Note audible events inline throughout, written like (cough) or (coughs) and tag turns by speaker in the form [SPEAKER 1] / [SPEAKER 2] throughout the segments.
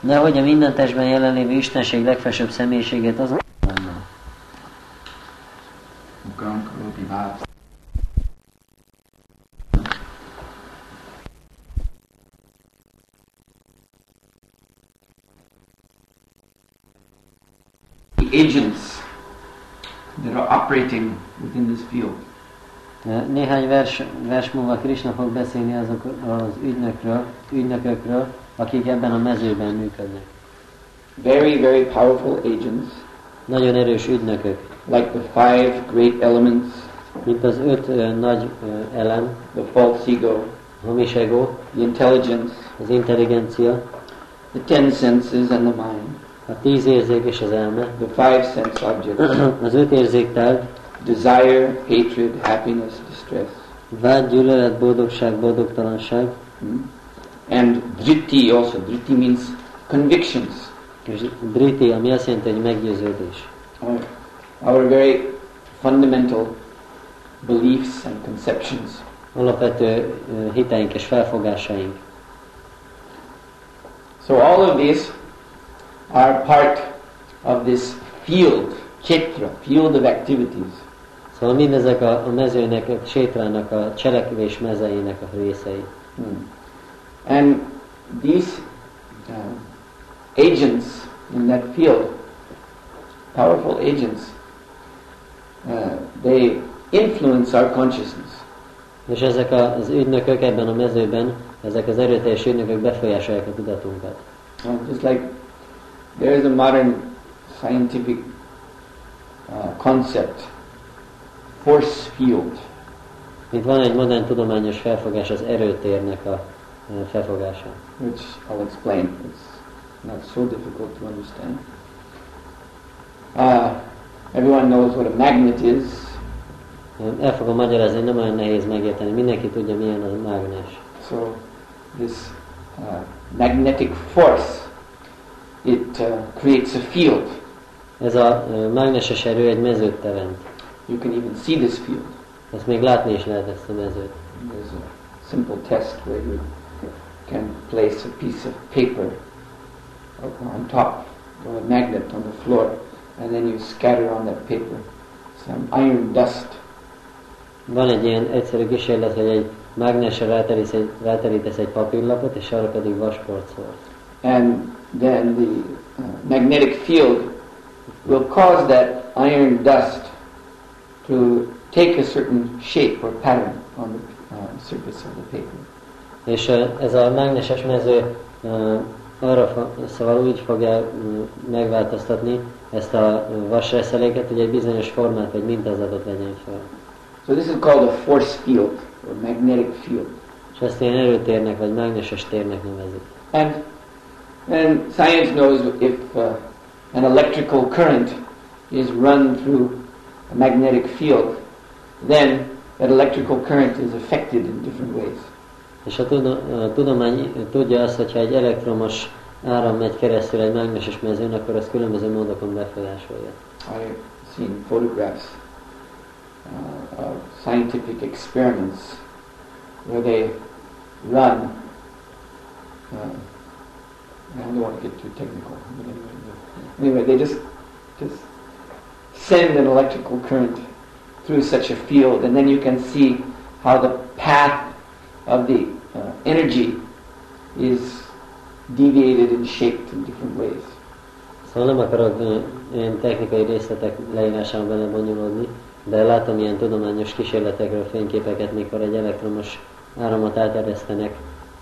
[SPEAKER 1] Dehogy a minden testben jelenlévő Istenség legfelsőbb személyiségét azon lenne.
[SPEAKER 2] मुकाम करो विभाग the agents that are operating within this field.
[SPEAKER 1] Néhány vers, vers múlva Krishna fog beszélni azok az ügynökről, ügynökökről, akik ebben a mezőben működnek.
[SPEAKER 2] Very, very powerful agents,
[SPEAKER 1] Nagyon erős ügynökök,
[SPEAKER 2] like the five great elements,
[SPEAKER 1] mint az öt ö, nagy ö, elem,
[SPEAKER 2] the false ego,
[SPEAKER 1] hamis ego,
[SPEAKER 2] the intelligence,
[SPEAKER 1] az intelligencia,
[SPEAKER 2] the ten senses and the mind,
[SPEAKER 1] a tíz érzék és az elme, (clears throat)
[SPEAKER 2] the five sense objects,
[SPEAKER 1] az öt érzéktárgy,
[SPEAKER 2] desire, hatred, happiness, distress,
[SPEAKER 1] vágy, gyűlölet, boldogság, boldogtalanság,
[SPEAKER 2] hmm? and vritti also. Vritti means convictions.
[SPEAKER 1] és briti, ami azt jelenti, hogy meggyőződés.
[SPEAKER 2] our, our very fundamental beliefs and conceptions.
[SPEAKER 1] Alapvető ö, hiteink és felfogásaink.
[SPEAKER 2] So all of these are part of this field, chetra, field of activities.
[SPEAKER 1] Szóval mindezek a, a mezőnek, a sétrának, a cselekvés mezejének a részei.
[SPEAKER 2] Hmm. And these uh, agents in that field, powerful agents, uh, they influence our consciousness.
[SPEAKER 1] És ezek a- az ügynökök ebben a mezőben, ezek az erőteljes ügynökök befolyásolják a tudatunkat.
[SPEAKER 2] Uh, just like there is a modern scientific uh, concept, force field.
[SPEAKER 1] Itt van egy modern tudományos felfogás az erőtérnek a ö, felfogása.
[SPEAKER 2] which I'll explain. It's not so difficult to understand. Uh, everyone knows what a magnet is.
[SPEAKER 1] Ö, El fogom magyarázni, nem olyan nehéz megérteni. Mindenki tudja, milyen az mágnes.
[SPEAKER 2] So this uh, magnetic force, it uh, creates a field.
[SPEAKER 1] Ez a ö, mágneses erő egy mezőt teremt.
[SPEAKER 2] You can even see this field.
[SPEAKER 1] Ezt még látni is lehet ezt a mezőt.
[SPEAKER 2] There's a simple test where you can place a piece of paper up on top of a magnet on the floor, and then you scatter on that paper some iron dust.
[SPEAKER 1] Van egy ilyen egyszerű kísérlet, hogy egy mágnesre ráterítesz egy, ráterítesz egy papírlapot, és arra pedig vasport szórsz.
[SPEAKER 2] and then the uh, magnetic field will cause that iron dust to take a certain shape or pattern on the uh, surface of the paper.
[SPEAKER 1] És ö, ez a mágneses mező ö, arra fo- szóval úgy fogja ö, megváltoztatni ezt a ö, vasreszeléket, hogy egy bizonyos formát vagy mintázatot vegyen fel.
[SPEAKER 2] So this is called a force field or magnetic field.
[SPEAKER 1] És ezt ilyen erőtérnek vagy mágneses térnek nevezik.
[SPEAKER 2] And and science knows if uh, an electrical current is run through a magnetic field, then that electrical current is affected in different ways.
[SPEAKER 1] És a tudo- a tudomány tudja azt, hogyha egy elektromos áram megy keresztül egy mágneses mezőn, akkor az különböző módokon befolyásolja.
[SPEAKER 2] I've seen photographs uh, of scientific experiments where they run. Uh, I don't want to get too technical. But anyway, yeah. anyway, they just just send an electrical current through such a field, and then you can see how the path of the uh, energy is deviated and shaped in different ways.
[SPEAKER 1] Szóval nem akarok ö, ilyen technikai részletek leírásában bele bonyolódni, de látom ilyen tudományos kísérletekről fényképeket, mikor egy elektromos áramot áteresztenek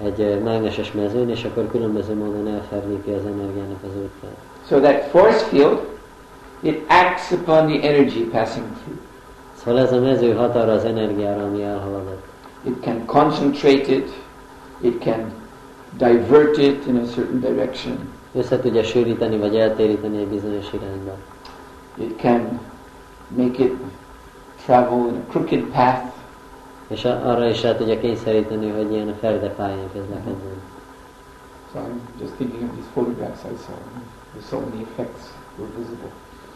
[SPEAKER 1] egy ö, mágneses mezőn, és akkor különböző módon elferdíti az energiának az útját.
[SPEAKER 2] So that force field, it acts upon the energy passing through.
[SPEAKER 1] Szóval ez a mező hat arra az energiára, ami elhaladott.
[SPEAKER 2] It can concentrate it, it can divert it in a certain direction,
[SPEAKER 1] Össze tudja sűríteni vagy eltéríteni egy bizonyos irányba.
[SPEAKER 2] it can make it travel in a crooked path.
[SPEAKER 1] És a- arra is rá tudja kényszeríteni, hogy ilyen a ferde pályán közlekedjen.
[SPEAKER 2] So I'm just thinking of these photographs I saw. There's so many effects were visible.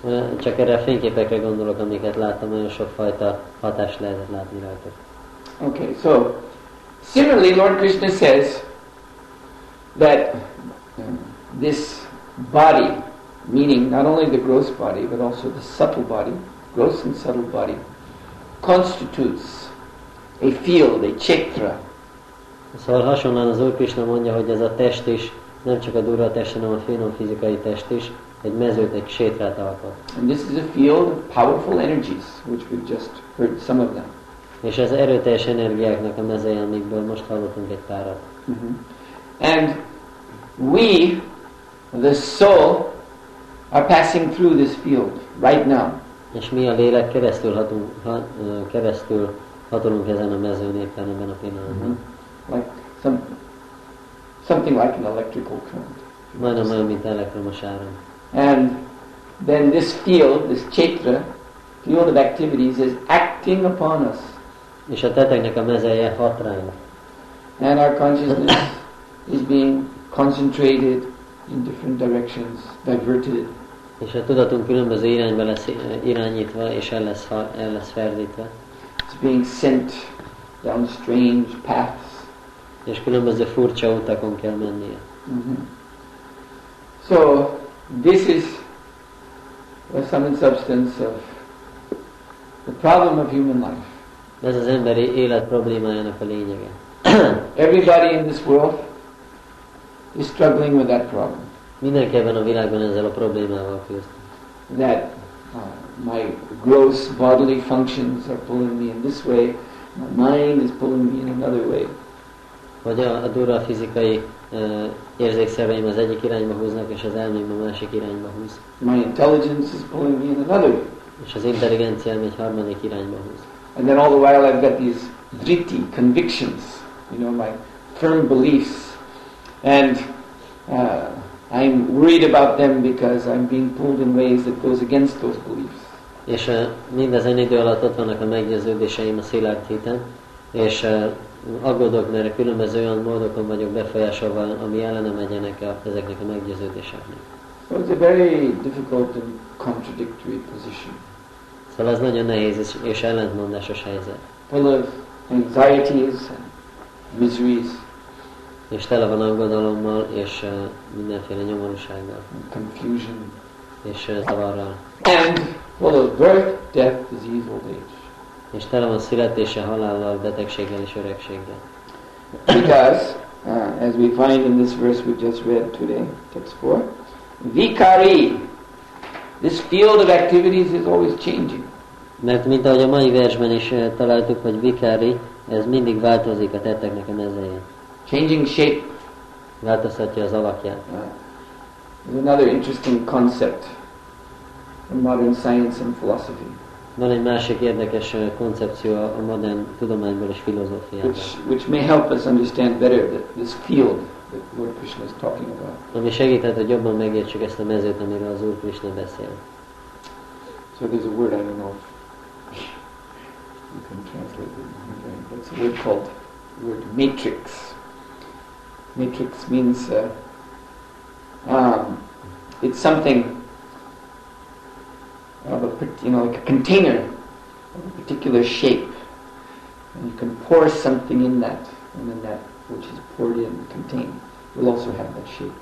[SPEAKER 1] Ö, Csak erre a fényképekre gondolok, amiket láttam, nagyon sokfajta hatást lehetett látni rajtuk.
[SPEAKER 2] Okay, so similarly, Lord Krishna says that uh, this body, meaning not only the gross body but also the subtle body, gross and subtle body, constitutes a field, a chakra,
[SPEAKER 1] Szóval hasonlóan az Úr Krishna mondja, hogy ez a test is, nem csak a durva test, hanem a finom fizikai test is, egy mezőt, egy sétrát alkot.
[SPEAKER 2] and this is a field of powerful energies, which we've just heard some of them.
[SPEAKER 1] És ez erőteljes energiáknak a mezője, amikből most hallottunk egy párat.
[SPEAKER 2] And we, the soul, are passing through this field right now.
[SPEAKER 1] És mi a lélek keresztül, hatunk, ha, ö, keresztül hatolunk ezen a mezőn éppen ebben a pillanatban.
[SPEAKER 2] Mm-hmm. Like some, something like an electrical current.
[SPEAKER 1] Majdnem olyan, mint elektromos áram.
[SPEAKER 2] And then this field, this chakra, field of activities is acting upon us.
[SPEAKER 1] És a teteknek a mezeje hat ránk.
[SPEAKER 2] And our consciousness is being concentrated in different directions, diverted.
[SPEAKER 1] És a tudatunk különböző irányba lesz ö, irányítva, és el lesz, ha- el lesz ferdítve.
[SPEAKER 2] It's being sent down strange paths.
[SPEAKER 1] És különböző furcsa utakon kell mennie.
[SPEAKER 2] Mhm. So this is the sum and substance of the problem of human life.
[SPEAKER 1] Ez az emberi élet problémájának a lényege.
[SPEAKER 2] Everybody in this world is struggling with that problem.
[SPEAKER 1] Mindenki ebben a világban ezzel a problémával küzd.
[SPEAKER 2] That uh, my gross bodily functions are pulling me in this way, my mind is pulling me in another way.
[SPEAKER 1] Hogy a, a durva fizikai ö, érzékszerveim az egyik irányba húznak, és az elmém a másik irányba húz.
[SPEAKER 2] My intelligence is pulling me in another way.
[SPEAKER 1] És az intelligenciám egy harmadik irányba húz.
[SPEAKER 2] And then all the while I've got these vritti, convictions, you know, my firm beliefs. And uh, I'm worried about them because I'm being pulled in ways that goes against those beliefs.
[SPEAKER 1] És ö, mindezen idő alatt ott vannak a meggyőződéseim a szilárd hitem, és ö, aggódok, mert a különböző olyan módokon vagyok befolyásolva, ami ellene megyenek a, ezeknek a meggyőződéseknek.
[SPEAKER 2] So it's a very difficult and contradictory position,
[SPEAKER 1] Szóval ez nagyon nehéz és, és ellentmondásos helyzet.
[SPEAKER 2] full of anxieties and miseries
[SPEAKER 1] és tele van aggodalommal, és ö, mindenféle nyomorúsággal,
[SPEAKER 2] and confusion,
[SPEAKER 1] és ö, zavarral.
[SPEAKER 2] and full of birth, death, disease, old age.
[SPEAKER 1] És tele van születése, halállal, betegséggel és öregséggel.
[SPEAKER 2] Because, uh, as we find in this verse we just read today, text 4, vikari, this field of activities is always changing.
[SPEAKER 1] Mert mint ahogy a mai versben is ö, találtuk, hogy vikári, ez mindig változik a tetteknek a mezején.
[SPEAKER 2] Changing shape
[SPEAKER 1] Változtatja az alakját.
[SPEAKER 2] uh, is another interesting concept in modern science and philosophy,
[SPEAKER 1] Van egy másik érdekes ö, koncepció a a modern tudományból és filozófiában,
[SPEAKER 2] which, which may help us understand better the, this field that Lord Krishna is talking about.
[SPEAKER 1] ami segíthet, hogy jobban megértsük ezt a mezőt, amiről az Úr Krishna beszél.
[SPEAKER 2] So there's a word I don't know if you can translate it. but It's a word called word matrix. Matrix means uh, um, it's something of a part- you know like a container of a particular shape, and you can pour something in that, and then that which is poured in contained will also have that shape.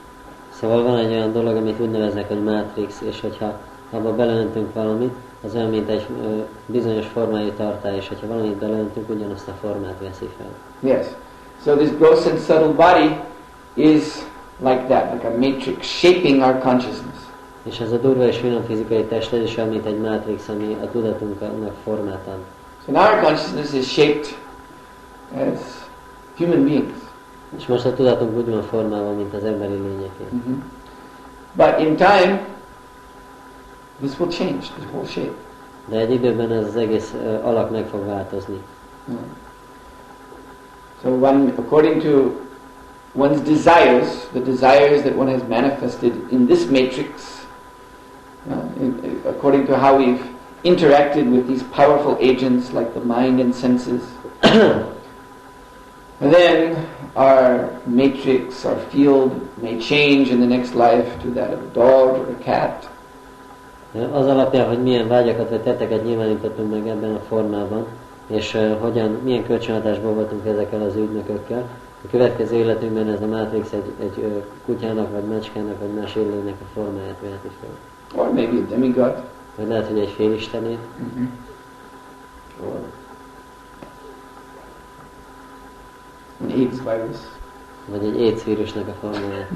[SPEAKER 1] Szóval van egy olyan dolog, amit úgy neveznek, hogy Matrix, és hogyha abba beleöntünk valamit, az olyan, mint egy ö, bizonyos formájú tartály, és hogyha valamit beleöntünk, ugyanazt a formát veszi fel.
[SPEAKER 2] Yes. So this gross and subtle body is like that, like a matrix shaping our consciousness.
[SPEAKER 1] És ez a durva és finom fizikai test, ez is olyan, mint egy Matrix, ami a tudatunknak formát ad.
[SPEAKER 2] So now our consciousness is shaped as human beings.
[SPEAKER 1] És most a tudatunk úgy van formában, mint az emberi lényeké.
[SPEAKER 2] Mm-hmm. But in time, this will change, this whole shape.
[SPEAKER 1] De egy időben ez az egész ö, alak meg fog változni.
[SPEAKER 2] So one, according to one's desires, the desires that one has manifested in this matrix, uh, in- according to how we've interacted with these powerful agents like the mind and senses, (coughs) then our matrix, our field may change in the next life to that of a dog or a cat,
[SPEAKER 1] Az alapján, hogy milyen vágyakat vagy tetteket nyilvánítottunk meg ebben a formában, és uh, hogyan, milyen kölcsönhatásban voltunk ezekkel az ügynökökkel, A következő életünkben ez a mátrix egy, egy ö, kutyának, vagy macskának, vagy más élőnek a formáját veheti fel.
[SPEAKER 2] or maybe a demigod,
[SPEAKER 1] Vagy lehet, hogy egy félistenét,
[SPEAKER 2] Mm-hmm. or an AIDS virus.
[SPEAKER 1] vagy egy AIDS vírusnak a formáját.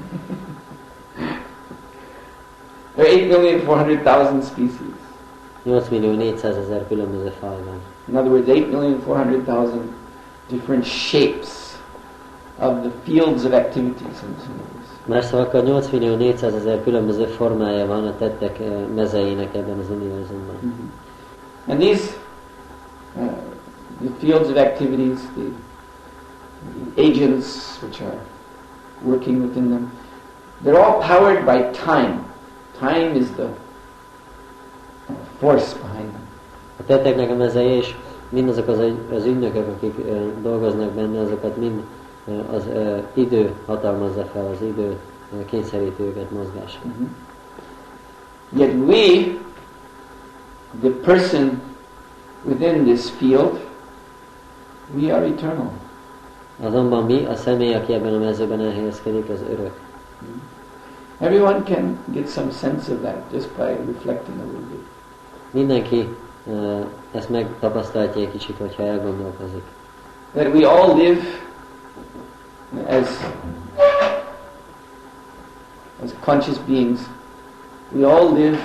[SPEAKER 2] There are 8,400,000 species.
[SPEAKER 1] 8 millió 400 ezer különböző faj van.
[SPEAKER 2] In other words, 8,400,000 different shapes of the fields of activities in Sunnis.
[SPEAKER 1] Más szóval szavakkal 8 millió 400 ezer különböző formája van a tettek ö, mezejének ebben az univerzumban.
[SPEAKER 2] Mm-hmm. And these, uh, the fields of activities, the, the agents which are working within them, they're all powered by time. Time is the uh, force behind them.
[SPEAKER 1] A tetteknek a mezeje és mindazok az, az ügynökök, akik ö, dolgoznak benne, azokat mind ö, az ö, idő hatalmazza fel, az idő ö, kényszeríti őket mozgásra.
[SPEAKER 2] Mm-hmm. Yet we, the person within this field, we are eternal.
[SPEAKER 1] Azonban mi, a személy, aki ebben a mezőben elhelyezkedik, az örök.
[SPEAKER 2] Everyone can get some sense of that just by reflecting a little bit.
[SPEAKER 1] Mindenki ö, ezt megtapasztalhatja egy kicsit, hogyha elgondolkozik.
[SPEAKER 2] that we all live as as conscious beings. We all live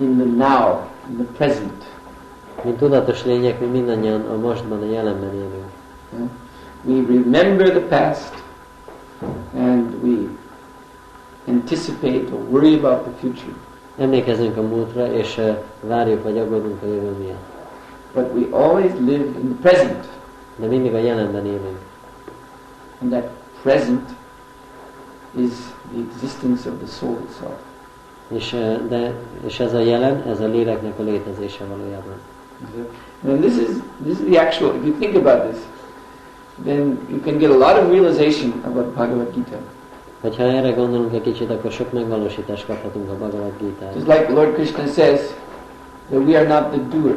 [SPEAKER 2] in the now, in the present.
[SPEAKER 1] Mint tudatos lények, mi mindannyian a mostban, a jelenben élünk.
[SPEAKER 2] yeah? We remember the past and we anticipate or worry about the future,
[SPEAKER 1] Emlékezünk a múltra, és ö, várjuk vagy aggódunk a jövő miatt.
[SPEAKER 2] but we always live in the present,
[SPEAKER 1] De mindig a jelenben élünk.
[SPEAKER 2] and that present is the existence of the soul itself.
[SPEAKER 1] És, ö, de, és ez a jelen, ez a léleknek a létezése valójában.
[SPEAKER 2] And this is this is the actual. If you think about this, then you can get a lot of realization about Bhagavad Gita.
[SPEAKER 1] Hogyha erre gondolunk egy kicsit, akkor sok megvalósítást kaphatunk a Bhagavad Gita-ból.
[SPEAKER 2] Just like the Lord Krishna says that we are not the doer.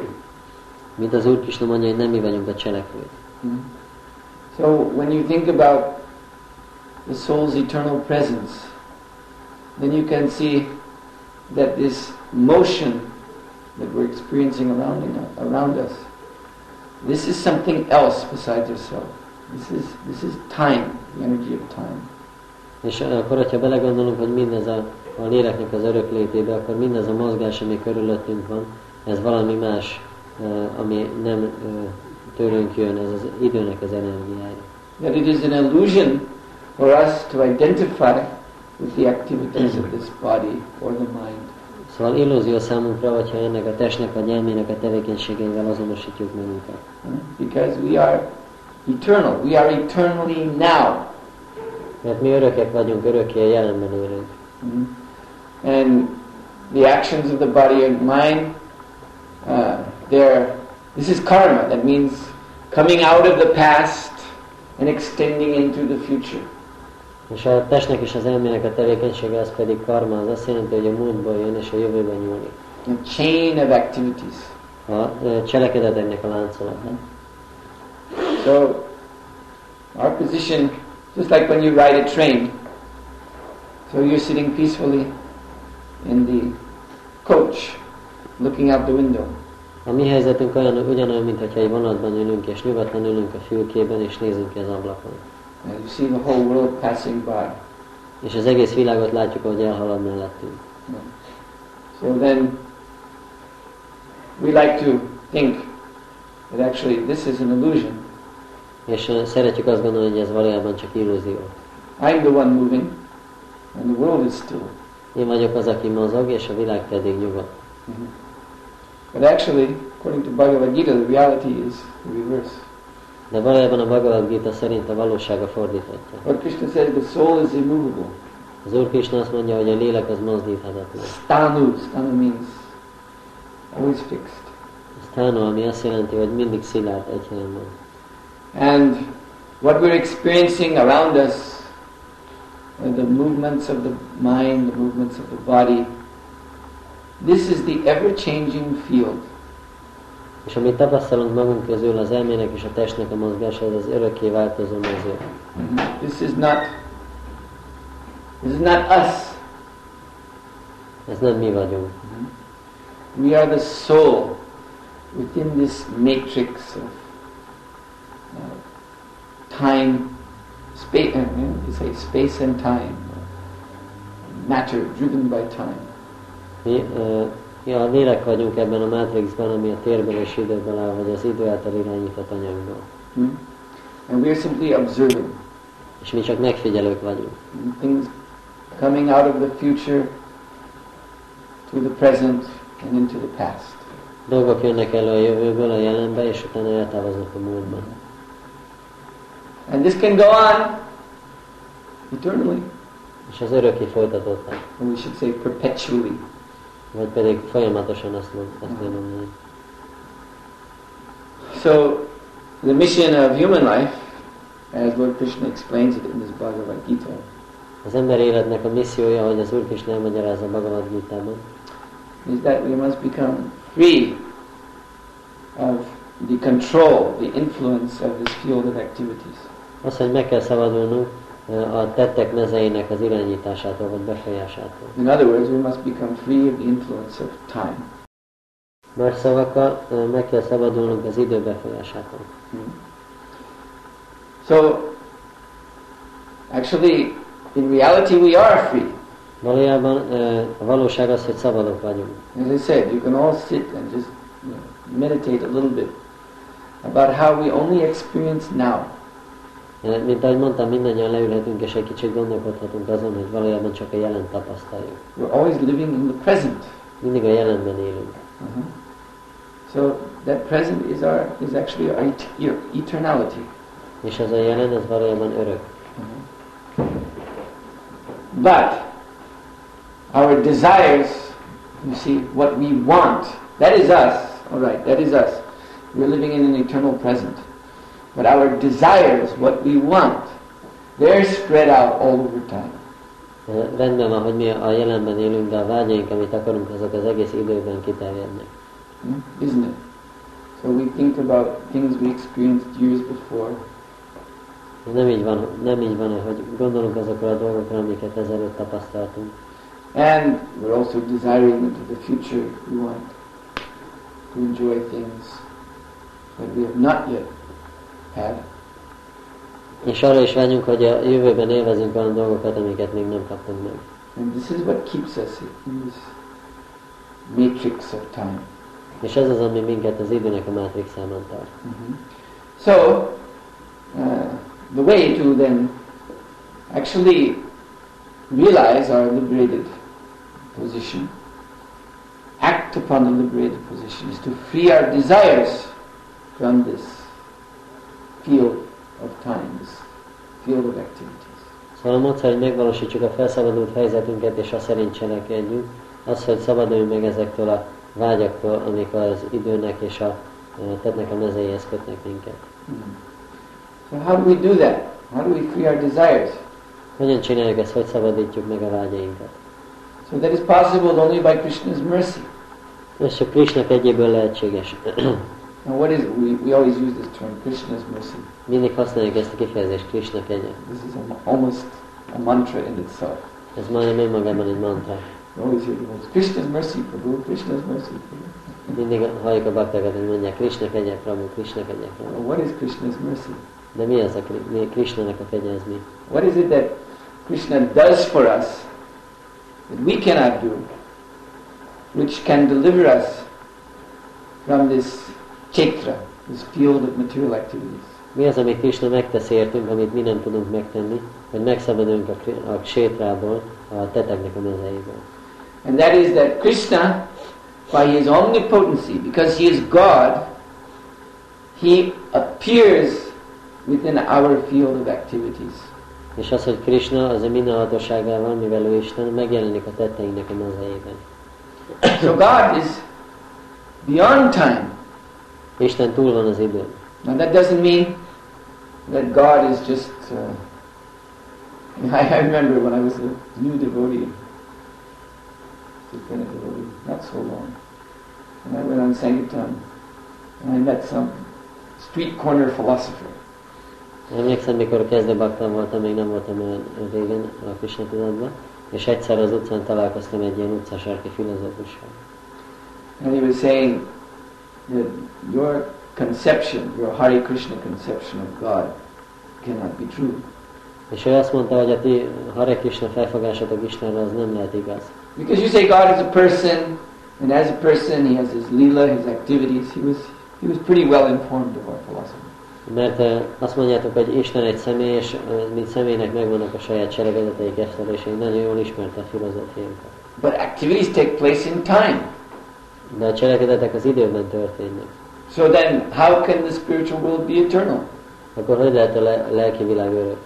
[SPEAKER 1] Mint az Úr Krishna mondja, hogy nem mi vagyunk a cselekvők.
[SPEAKER 2] Hmm? So when you think about the soul's eternal presence, then you can see that this motion that we're experiencing around in, around us, this is something else besides yourself. This is this is time, the energy of time.
[SPEAKER 1] És eh, akkor, hogyha belegondolunk, hogy mindez a, a léleknek az örök létébe, akkor mindez a mozgás, ami körülöttünk van, ez valami más, ö, ami nem ö, tőlünk jön, ez az időnek az energiája.
[SPEAKER 2] that it is an illusion for us to identify with the activities of this body or the mind.
[SPEAKER 1] Szóval illúzió számunkra, hogyha ennek a testnek vagy elmének a tevékenységével azonosítjuk magunkat.
[SPEAKER 2] huh? Because we are eternal. We are eternally now.
[SPEAKER 1] Mert mi örökek vagyunk, örökké a jelenben élünk.
[SPEAKER 2] hmm? And the actions of the body and mind, uh, they're, this is karma. That means coming out of the past and extending into the future.
[SPEAKER 1] És a testnek és az elmének a tevékenysége az pedig karma, az azt jelenti, hogy a múltból jön és a jövőben nyúlik.
[SPEAKER 2] A chain of activities.
[SPEAKER 1] A ö, cselekedeteknek a láncolata.
[SPEAKER 2] So, our position, just like when you ride a train, so you're sitting peacefully in the coach, looking out the window.
[SPEAKER 1] A mi helyzetünk olyan, ugyanolyan, mint hogyha egy vonatban ülünk, és nyugodtan ülünk a fülkében, és nézünk ki az ablakon.
[SPEAKER 2] And you see the whole world passing by.
[SPEAKER 1] És az egész világot látjuk, ahogy elhalad mellettünk.
[SPEAKER 2] So then, we like to think that actually this is an illusion.
[SPEAKER 1] És ö, szeretjük azt gondolni, hogy ez valójában csak illúzió.
[SPEAKER 2] I'm the one moving, and the world is still.
[SPEAKER 1] Én vagyok az, aki mozog, és a világ pedig nyugodt.
[SPEAKER 2] But actually, according to Bhagavad Gita, the reality is the reverse.
[SPEAKER 1] De valójában a Bhagavad Gita szerint a valósága fordítottja.
[SPEAKER 2] Lord Krishna says the soul is immovable.
[SPEAKER 1] Az Úr Krishna azt mondja, hogy a lélek az mozdíthatatlan.
[SPEAKER 2] Stanu. Stanu means always fixed.
[SPEAKER 1] Ez tánu, ami azt jelenti, hogy mindig szilárd egy helyen van.
[SPEAKER 2] And what we're experiencing around us are the movements of the mind, the movements of the body. This is the ever-changing field.
[SPEAKER 1] És amit tapasztalunk magunk közül, az elmének és a testnek a mozgása, ez az örökké változó mező.
[SPEAKER 2] This is not this is not us.
[SPEAKER 1] Ez nem mi vagyunk.
[SPEAKER 2] We are the soul within this matrix of uh, time, space. Uh, you know, you say space and time, matter driven by time.
[SPEAKER 1] Mi, ö, mi a lélek vagyunk ebben a mátrixban, ami a térből és időből áll, vagy az idő által irányított anyagból.
[SPEAKER 2] Hmm? And we are simply observing
[SPEAKER 1] És mi csak megfigyelők vagyunk.
[SPEAKER 2] things coming out of the future to the present and into the past.
[SPEAKER 1] Dolgok jönnek elő a jövőből, a jelenbe, és utána eltávoznak a múltba.
[SPEAKER 2] And this can go on eternally,
[SPEAKER 1] És ez örökké folytatódhat.
[SPEAKER 2] or we should say perpetually.
[SPEAKER 1] Vagy pedig folyamatosan azt, mond, azt kell mondani.
[SPEAKER 2] So, the mission of human life, as Lord Krishna explains it in his Bhagavad Gita,
[SPEAKER 1] Az ember életnek a missziója, hogy az Úr Krishna elmagyarázza a Bhagavad Gita-ban,
[SPEAKER 2] is that we must become free of the control, the influence of this field of activities.
[SPEAKER 1] az, hogy meg kell szabadulnunk ö, a tettek mezeinek az irányításától, vagy befolyásától.
[SPEAKER 2] In other words, we must become free of the influence of time.
[SPEAKER 1] Más szavakkal ö, meg kell szabadulnunk az idő befolyásától.
[SPEAKER 2] So, actually, in reality, we are free.
[SPEAKER 1] Valójában ö, a valóság az, hogy szabadok vagyunk.
[SPEAKER 2] As I said, you can all sit and just you know, meditate a little bit about how we only experience now.
[SPEAKER 1] Ö, Mint ahogy mondtam, mindannyian leülhetünk és egy kicsit gondolkodhatunk azon, hogy valójában csak a jelen tapasztaljuk.
[SPEAKER 2] We're always living in the present.
[SPEAKER 1] Mindig a jelenben élünk.
[SPEAKER 2] Mm-hmm. So that present is our is actually our et- e- eternality.
[SPEAKER 1] És ez a jelen, ez valójában örök.
[SPEAKER 2] Mm-hmm. But our desires, you see, what we want, that is us. All right, that is us. We're living in an eternal present. But our desires, what we want, they're spread out all over time.
[SPEAKER 1] Ö, Rendben van, hogy mi a jelenben élünk, de a vágyaink, amit akarunk, azok az egész időben kiterjednek.
[SPEAKER 2] Hmm? isn't it? So we think about things we experienced years before,
[SPEAKER 1] Ez Nem így van, nem így van hogy gondolunk azokra a dolgokra, amiket ezelőtt tapasztaltunk.
[SPEAKER 2] and we're also desiring into the future we want to enjoy things that we have not yet had.
[SPEAKER 1] És arra is vágyunk, hogy a jövőben élvezünk olyan dolgokat, amiket még nem kaptunk meg.
[SPEAKER 2] And this is what keeps us in this matrix of time.
[SPEAKER 1] És ez az, ami minket az időnek a mátrixában tart.
[SPEAKER 2] So, uh, the way to then actually realize our liberated position, act upon the liberated position, is to free our desires from this field of time, this field of activities.
[SPEAKER 1] Szóval a módszer, hogy megvalósítsuk a felszabadult helyzetünket és a szerint cselekedjünk, az, hogy szabaduljunk meg ezektől a vágyaktól, amik az időnek és a ö, tettnek a mezeihez kötnek minket.
[SPEAKER 2] So how do we do that? How do we free our desires?
[SPEAKER 1] Hogyan csináljuk ezt, hogy szabadítjuk meg a vágyainkat?
[SPEAKER 2] So that is possible only by Krishna's mercy.
[SPEAKER 1] Ez csak Krisnak egyéből lehetséges.
[SPEAKER 2] Now what is, we, we always use this term, Krishna's mercy.
[SPEAKER 1] Mindig használjuk ezt a kifejezést, Krishna kegye.
[SPEAKER 2] This is a, almost a mantra in itself.
[SPEAKER 1] Ez majdnem önmagában egy mantra.
[SPEAKER 2] You always hear the words, Krishna's mercy, Prabhu, Krishna's mercy, Prabhu.
[SPEAKER 1] Mindig halljuk a baktákat, hogy mondják, Krishna kegye, Prabhu, Krishna kegye, Prabhu.
[SPEAKER 2] Well, what is Krishna's mercy?
[SPEAKER 1] De mi az a Kri- mi Krishnának a kegye, ez mi?
[SPEAKER 2] What is it that Krishna does for us that we cannot do, which can deliver us from this chetra, this field of material activities?
[SPEAKER 1] Mi az, amit Krishna megtesz értünk, amit mi nem tudunk megtenni, hogy megszabadulunk a, kri- a sétrából, a teteknek a mezeiből.
[SPEAKER 2] And that is that Krishna, by his omnipotency, because he is God, he appears within our field of activities.
[SPEAKER 1] És az, hogy Krishna az a mindenhatóságával, mivel ő Isten, megjelenik a tetteinknek a mezeiben.
[SPEAKER 2] So God is beyond time.
[SPEAKER 1] Isten túl van az időn.
[SPEAKER 2] Now that doesn't mean that God is just. Uh, (laughs) I, I remember when I was a new devotee, just been a devotee, not so long, and I went on Sankirtan And I met some street corner philosopher.
[SPEAKER 1] Emlékszem, mikor kezdőbaktam voltam, még nem voltam olyan régen a Krishna tudatban, és egyszer az utcán találkoztam egy ilyen utcasarki filozófussal.
[SPEAKER 2] And he was saying that your conception, your Hare Krishna conception of God cannot be true.
[SPEAKER 1] És ő azt mondta, hogy a ti Hare Krishna felfogásatok Istenre az nem lehet igaz.
[SPEAKER 2] Because you say God is a person, and as a person he has his Leela, his activities. He was, he was pretty well informed of our philosophy.
[SPEAKER 1] Mert eh, azt mondjátok, hogy Isten egy személy, és eh, mint személynek megvannak a saját seregedeteik, esztelései, nagyon jól ismerte a filozófiánkat.
[SPEAKER 2] But activities take place in time.
[SPEAKER 1] De a cselekedetek az időben történnek.
[SPEAKER 2] So then, how can the spiritual world be eternal?
[SPEAKER 1] Akkor hogy lehet a le- lelki világ örök?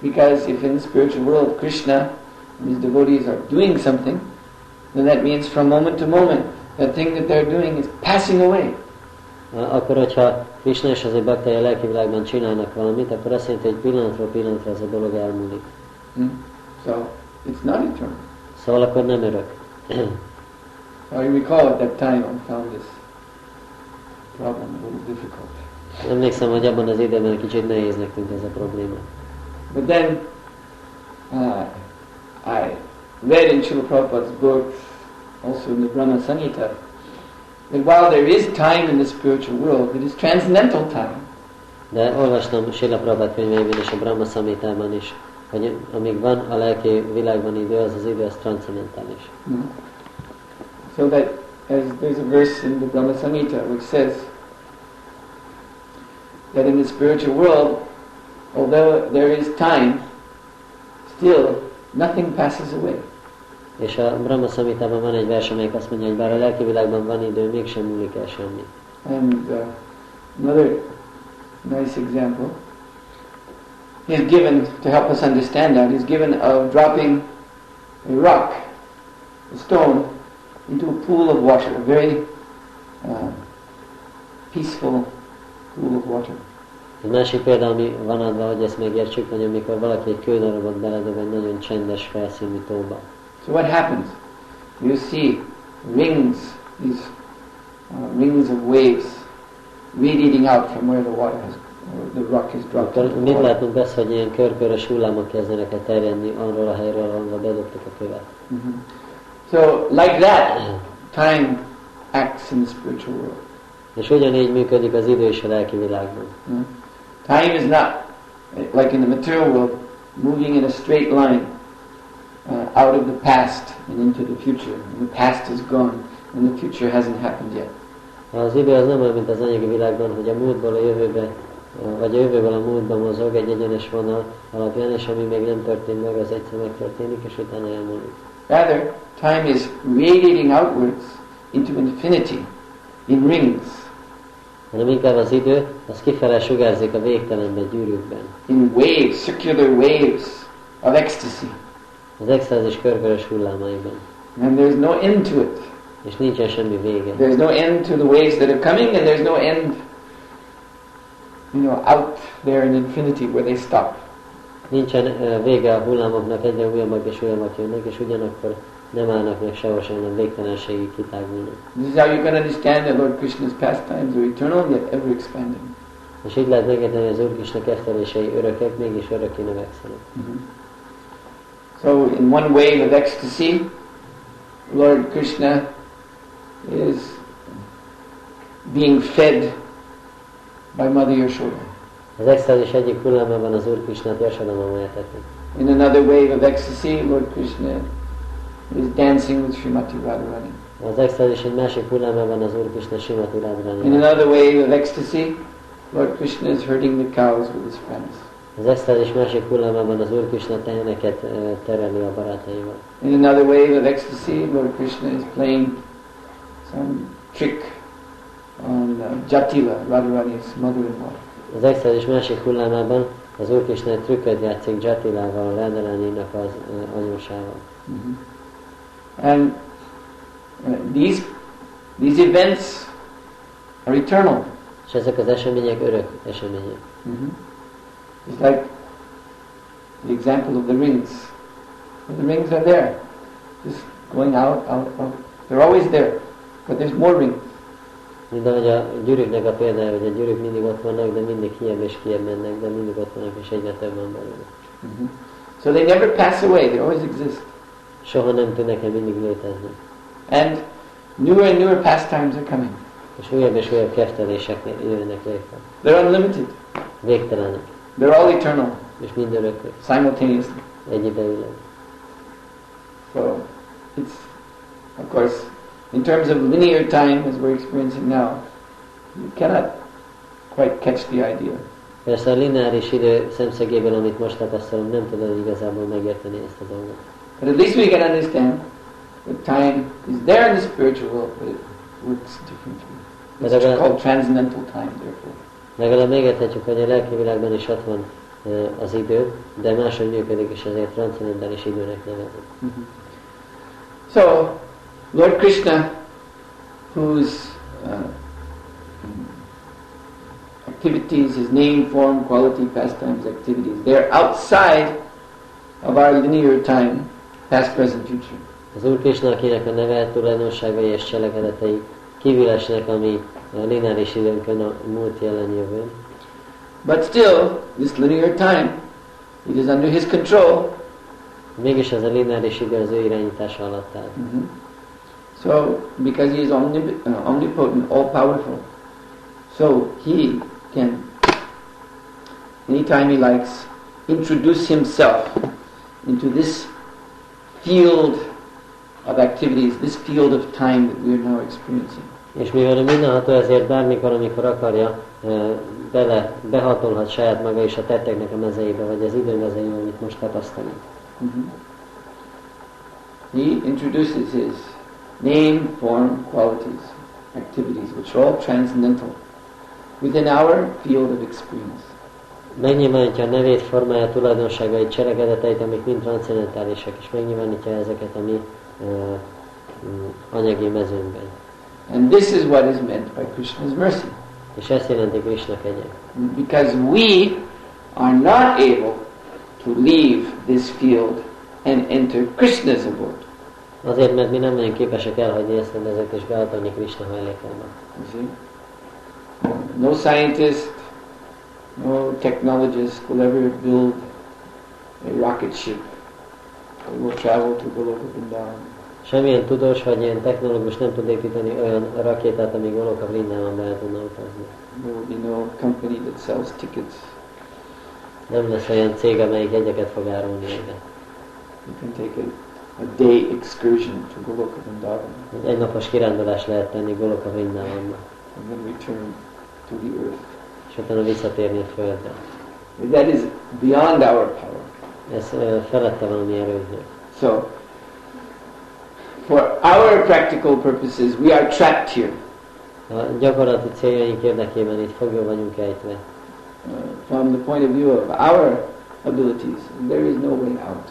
[SPEAKER 2] Because if in the spiritual world Krishna and his devotees are doing something, then that means from moment to moment that thing that they're doing is passing away.
[SPEAKER 1] Akkor, hogyha Krishna és az ő baktája a lelki világban csinálnak valamit, akkor azt jelenti, hogy pillanatról pillanatra ez a dolog elmúlik.
[SPEAKER 2] Hmm? So it's not eternal.
[SPEAKER 1] Szóval akkor nem örök. (clears throat)
[SPEAKER 2] I recall at that time I found this problem a little difficult.
[SPEAKER 1] Emlékszem, hogy abban az időben kicsit nehéznek tűnt ez a probléma.
[SPEAKER 2] But then uh, I read in Srila Prabhupada's book, also in the Brahma Sanhita, that while there is time in the spiritual world, it is transcendental time.
[SPEAKER 1] De olvastam Sila Prabhát könyveiben és a Brahma Samhitában is, hogy amíg van a lelki világban idő, az az idő az transzendentális.
[SPEAKER 2] Mm. So that as there's a verse in the Brahma Samhita which says that in the spiritual world, although there is time, still nothing passes away.
[SPEAKER 1] És a Brahma Samhitában van egy vers, amelyik azt mondja, hogy bár a lelki világban van idő, mégsem múlik el semmi.
[SPEAKER 2] And uh, another nice example is given to help us understand that is given of dropping a rock, a stone, into a pool of water, a very uh, peaceful pool of water.
[SPEAKER 1] Egy másik példa, ami van adva, hogy ezt megértsük, hogy amikor valaki egy kődarabot beledob egy nagyon csendes felszínű tóba,
[SPEAKER 2] So what happens? You see rings, these uh, rings of waves radiating out from where the water has, or the rock is dropped. into
[SPEAKER 1] akkor
[SPEAKER 2] the
[SPEAKER 1] mit
[SPEAKER 2] water.
[SPEAKER 1] látunk azt, hogy ilyen körkörös hullámok kezdenek el terjedni arról a helyről, ahol bedobtuk a követ.
[SPEAKER 2] Mhm. So, like that, time acts in the spiritual world.
[SPEAKER 1] És ugyanígy működik az idő és a lelki világban.
[SPEAKER 2] Mm. Time is not, eh, like in the material world, moving in a straight line uh, out of the past and into the future. And the past is gone, and the future hasn't happened yet.
[SPEAKER 1] Az idő az nem olyan, mint az anyagi világban, hogy a múltból a jövőbe, vagy a jövőből a múltba mozog egy egyenes vonal alapján, és ami még nem történt meg, az egyszer megtörténik, és utána elmúlik.
[SPEAKER 2] Rather, time is radiating outwards into infinity in rings,
[SPEAKER 1] Hanem inkább az idő, az kifele sugárzik a végtelenbe, gyűrűkben.
[SPEAKER 2] in waves, circular waves of ecstasy.
[SPEAKER 1] Az extázis körkörös hullámaiban.
[SPEAKER 2] And there's no end to it.
[SPEAKER 1] És nincsen semmi vége.
[SPEAKER 2] There's no end to the waves that are coming, and there's no end, you know, out there in infinity where they stop.
[SPEAKER 1] Nincsen ö, vége a hullámoknak, egyre újabbak és újabbak jönnek, és ugyanakkor nem állnak meg sehol sem, hanem végtelenségig kitágulnak.
[SPEAKER 2] This is how you can understand that Lord Krishna's pastimes are eternal yet ever expanding.
[SPEAKER 1] És így lehet megérteni, hogy az Úr Kisnek eftelései örökek, mégis örökké növekszenek.
[SPEAKER 2] So, in one wave of ecstasy, Lord Krishna is being fed by Mother Yashoda.
[SPEAKER 1] Az extázis egyik hullámában az Úr Kisnát jasadalommal etetik.
[SPEAKER 2] In another wave of ecstasy, Lord Krishna is dancing with Srimati Radharani.
[SPEAKER 1] Az extázis egy másik hullámában az Úr Kisna Simati
[SPEAKER 2] In
[SPEAKER 1] Rádrányában.
[SPEAKER 2] another wave of ecstasy, Lord Krishna is herding the cows with his friends.
[SPEAKER 1] Az extázis másik hullámában az Úr Kisna teheneket ö, tereli a barátaival.
[SPEAKER 2] In another wave of ecstasy, Lord Krishna is playing some trick on uh, Jatila, Radharani's mother-in-law.
[SPEAKER 1] Az extázis másik hullámában az Úr Kisna egy trükköt játszik Jatilával, Rádaráninak az ö, anyósával.
[SPEAKER 2] And uh, these, these events are eternal.
[SPEAKER 1] És ezek az események örök események.
[SPEAKER 2] Mm-hmm. It's like the example of the rings. The rings are there, just going out, out, out. They're always there, but there's more rings.
[SPEAKER 1] Mint ahogy a gyűrűknek a példája, hogy a gyűrűk mindig ott vannak, de mindig kiebb és kiebb mennek, de mindig ott vannak, és egyre több van belőle.
[SPEAKER 2] hmm So they never pass away, they always exist.
[SPEAKER 1] Soha nem tűnnek el, mindig léteznek.
[SPEAKER 2] And newer and newer pastimes are coming.
[SPEAKER 1] És újabb és újabb keftelések jönnek létre.
[SPEAKER 2] They're unlimited,
[SPEAKER 1] Végtelenek,
[SPEAKER 2] they're all eternal,
[SPEAKER 1] és mindörökkök,
[SPEAKER 2] simultaneously.
[SPEAKER 1] egyidejűleg.
[SPEAKER 2] So it's, of course, in terms of linear time as we're experiencing now, you cannot quite catch the idea.
[SPEAKER 1] Persze a lineáris idő szemszögéből, amit most tapasztalunk, nem tudod igazából megérteni ezt a dolgot.
[SPEAKER 2] But at least we can understand that time is there in the spiritual world, but it works differently.
[SPEAKER 1] But
[SPEAKER 2] It's
[SPEAKER 1] they're gonna-
[SPEAKER 2] called transcendental time, therefore.
[SPEAKER 1] Legalább megérthetjük, hogy a lelki világban is ott van ö, az idő, de máshogy működik, és ezért transzendentális időnek nevezik.
[SPEAKER 2] So, Lord Krishna, whose uh, activities, his name, form, quality, pastimes, activities, they're outside of our linear time, past, present, future.
[SPEAKER 1] Az Úr Krishna, akinek a neve, tulajdonságai és cselekedetei kívül esnek, ami a lineáris időnkön a múlt jelen jövőn,
[SPEAKER 2] But still, this linear time, it is under his control.
[SPEAKER 1] mégis ez a lineáris idő az ő irányítása alatt áll.
[SPEAKER 2] Mm-hmm. So, because he is omnip- uh, omnipotent, all-powerful, so he can, anytime he likes, introduce himself into this field of activities, this field of time that we are now experiencing.
[SPEAKER 1] És mivel ő mindenható, ezért bármikor, amikor akarja, ö, bele, behatolhat saját maga is a tetteknek a mezeibe, vagy az idő mezeibe, amit most tapasztalunk.
[SPEAKER 2] Mm-hmm. He introduces his name, form, qualities, activities, which are all transcendental within our field of experience.
[SPEAKER 1] Megnyilvánítja a nevét, formáját, tulajdonságait, cselekedeteit, amik mind transzendentálisak, és megnyilvánítja ezeket a mi ö, m, anyagi mezőnkben.
[SPEAKER 2] And this is what is meant by Krishna's mercy.
[SPEAKER 1] És ezt jelenti Krishna kegyek.
[SPEAKER 2] Because we are not able to leave this field and enter Krishna's abode.
[SPEAKER 1] Azért, mert mi nem vagyunk képesek elhagyni ezt a mezőt és behatolni Krishna hajlékába.
[SPEAKER 2] You see? No scientist, no technologist will ever build a rocket ship that will travel to Goloka Vrindavan.
[SPEAKER 1] Semmilyen tudós vagy ilyen technológus nem tud építeni olyan rakétát, amíg Goloka Vrindában be tudna utazni.
[SPEAKER 2] There will be no company that sells tickets.
[SPEAKER 1] Nem lesz olyan cég, amelyik jegyeket fog árulni ide.
[SPEAKER 2] You can take a, a day excursion to Goloka Vrindavan
[SPEAKER 1] Egy egynapos kirándulás lehet tenni Goloka Vrindavanba,
[SPEAKER 2] and then return to the earth.
[SPEAKER 1] és utána visszatérni a Földre.
[SPEAKER 2] That is beyond our power.
[SPEAKER 1] Ez ö, felette van a mi erőnknek.
[SPEAKER 2] So, for our practical purposes, we are trapped here.
[SPEAKER 1] A gyakorlati céljaink érdekében itt fogva vagyunk ejtve.
[SPEAKER 2] Uh, from the point of view of our abilities, there is no way out.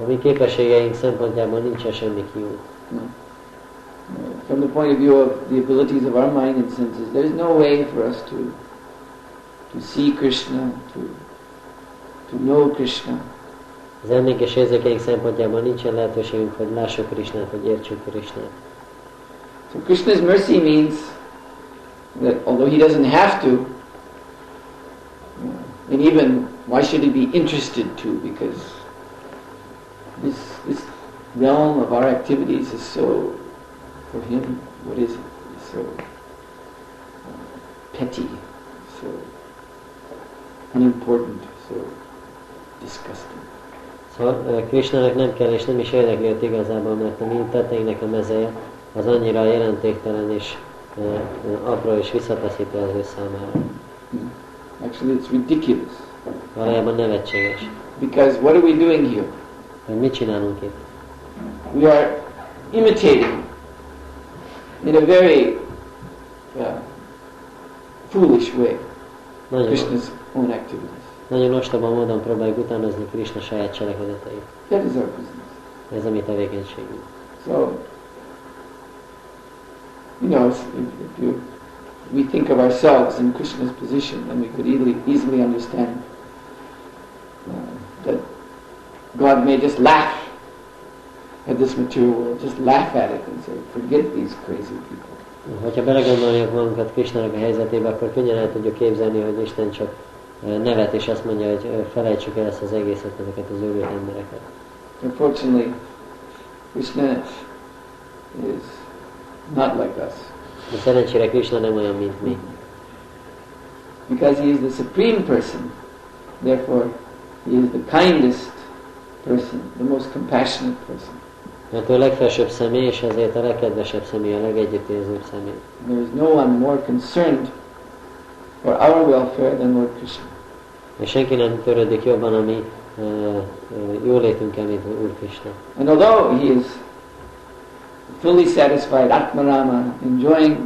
[SPEAKER 1] A mi képességeink szempontjából nincsen semmi kiút.
[SPEAKER 2] Uh, From the point of view of the abilities of our mind and senses, there is no way for us to to see Krishna, to to know Krishna.
[SPEAKER 1] Az elménk és érzékeink szempontjából nincsen lehetőségünk, hogy lássuk Krisnát, hogy értsük Krisnát.
[SPEAKER 2] So Krishna's mercy means that although he doesn't have to, uh, and even why should he be interested to? Because this this realm of our activities is so for him. What is it? It's so uh, petty, so unimportant, so disgusting.
[SPEAKER 1] Szóval ö, Krishnának nem kell és nem is érdekli őt igazából, mert a mi tetteinknek a mezeje az annyira jelentéktelen és ö, ö, apró és visszataszító az ő számára.
[SPEAKER 2] Actually, it's ridiculous.
[SPEAKER 1] Valójában nevetséges.
[SPEAKER 2] Because what are we doing here?
[SPEAKER 1] Hogy mit csinálunk itt?
[SPEAKER 2] we are imitating in a very uh, foolish way
[SPEAKER 1] Nagyon,
[SPEAKER 2] Krishna's own activities.
[SPEAKER 1] nagyon ostoba módon próbáljuk utánozni Krishna saját cselekedeteit.
[SPEAKER 2] That is our business.
[SPEAKER 1] Ez a mi tevékenységünk.
[SPEAKER 2] So, you know, if, if if you, we think of ourselves in Krishna's position, then we could easily, easily understand uh, that God may just laugh at this material world, just laugh at it and say, forget these crazy people.
[SPEAKER 1] Hogyha belegondoljuk magunkat Krisnának a helyzetébe, akkor könnyen el tudjuk képzelni, hogy Isten csak eh, nevet, és azt mondja, hogy eh, felejtsük el ezt az egészet, ezeket az őrült embereket.
[SPEAKER 2] Unfortunately, Krishna is not like us
[SPEAKER 1] De szerencsére Krishna nem olyan, mint mi.
[SPEAKER 2] because he is the supreme person. Therefore, he is the kindest person, the most compassionate person.
[SPEAKER 1] Mert ő a legfelsőbb személy, és ezért a legkedvesebb személy, a legegyüttérzőbb személy.
[SPEAKER 2] There is no one more concerned for our welfare than Lord Krishna.
[SPEAKER 1] És senki nem törődik jobban a mi uh, jólétünkkel, mint Úr Krishna.
[SPEAKER 2] And although he is fully satisfied, Atmarama, enjoying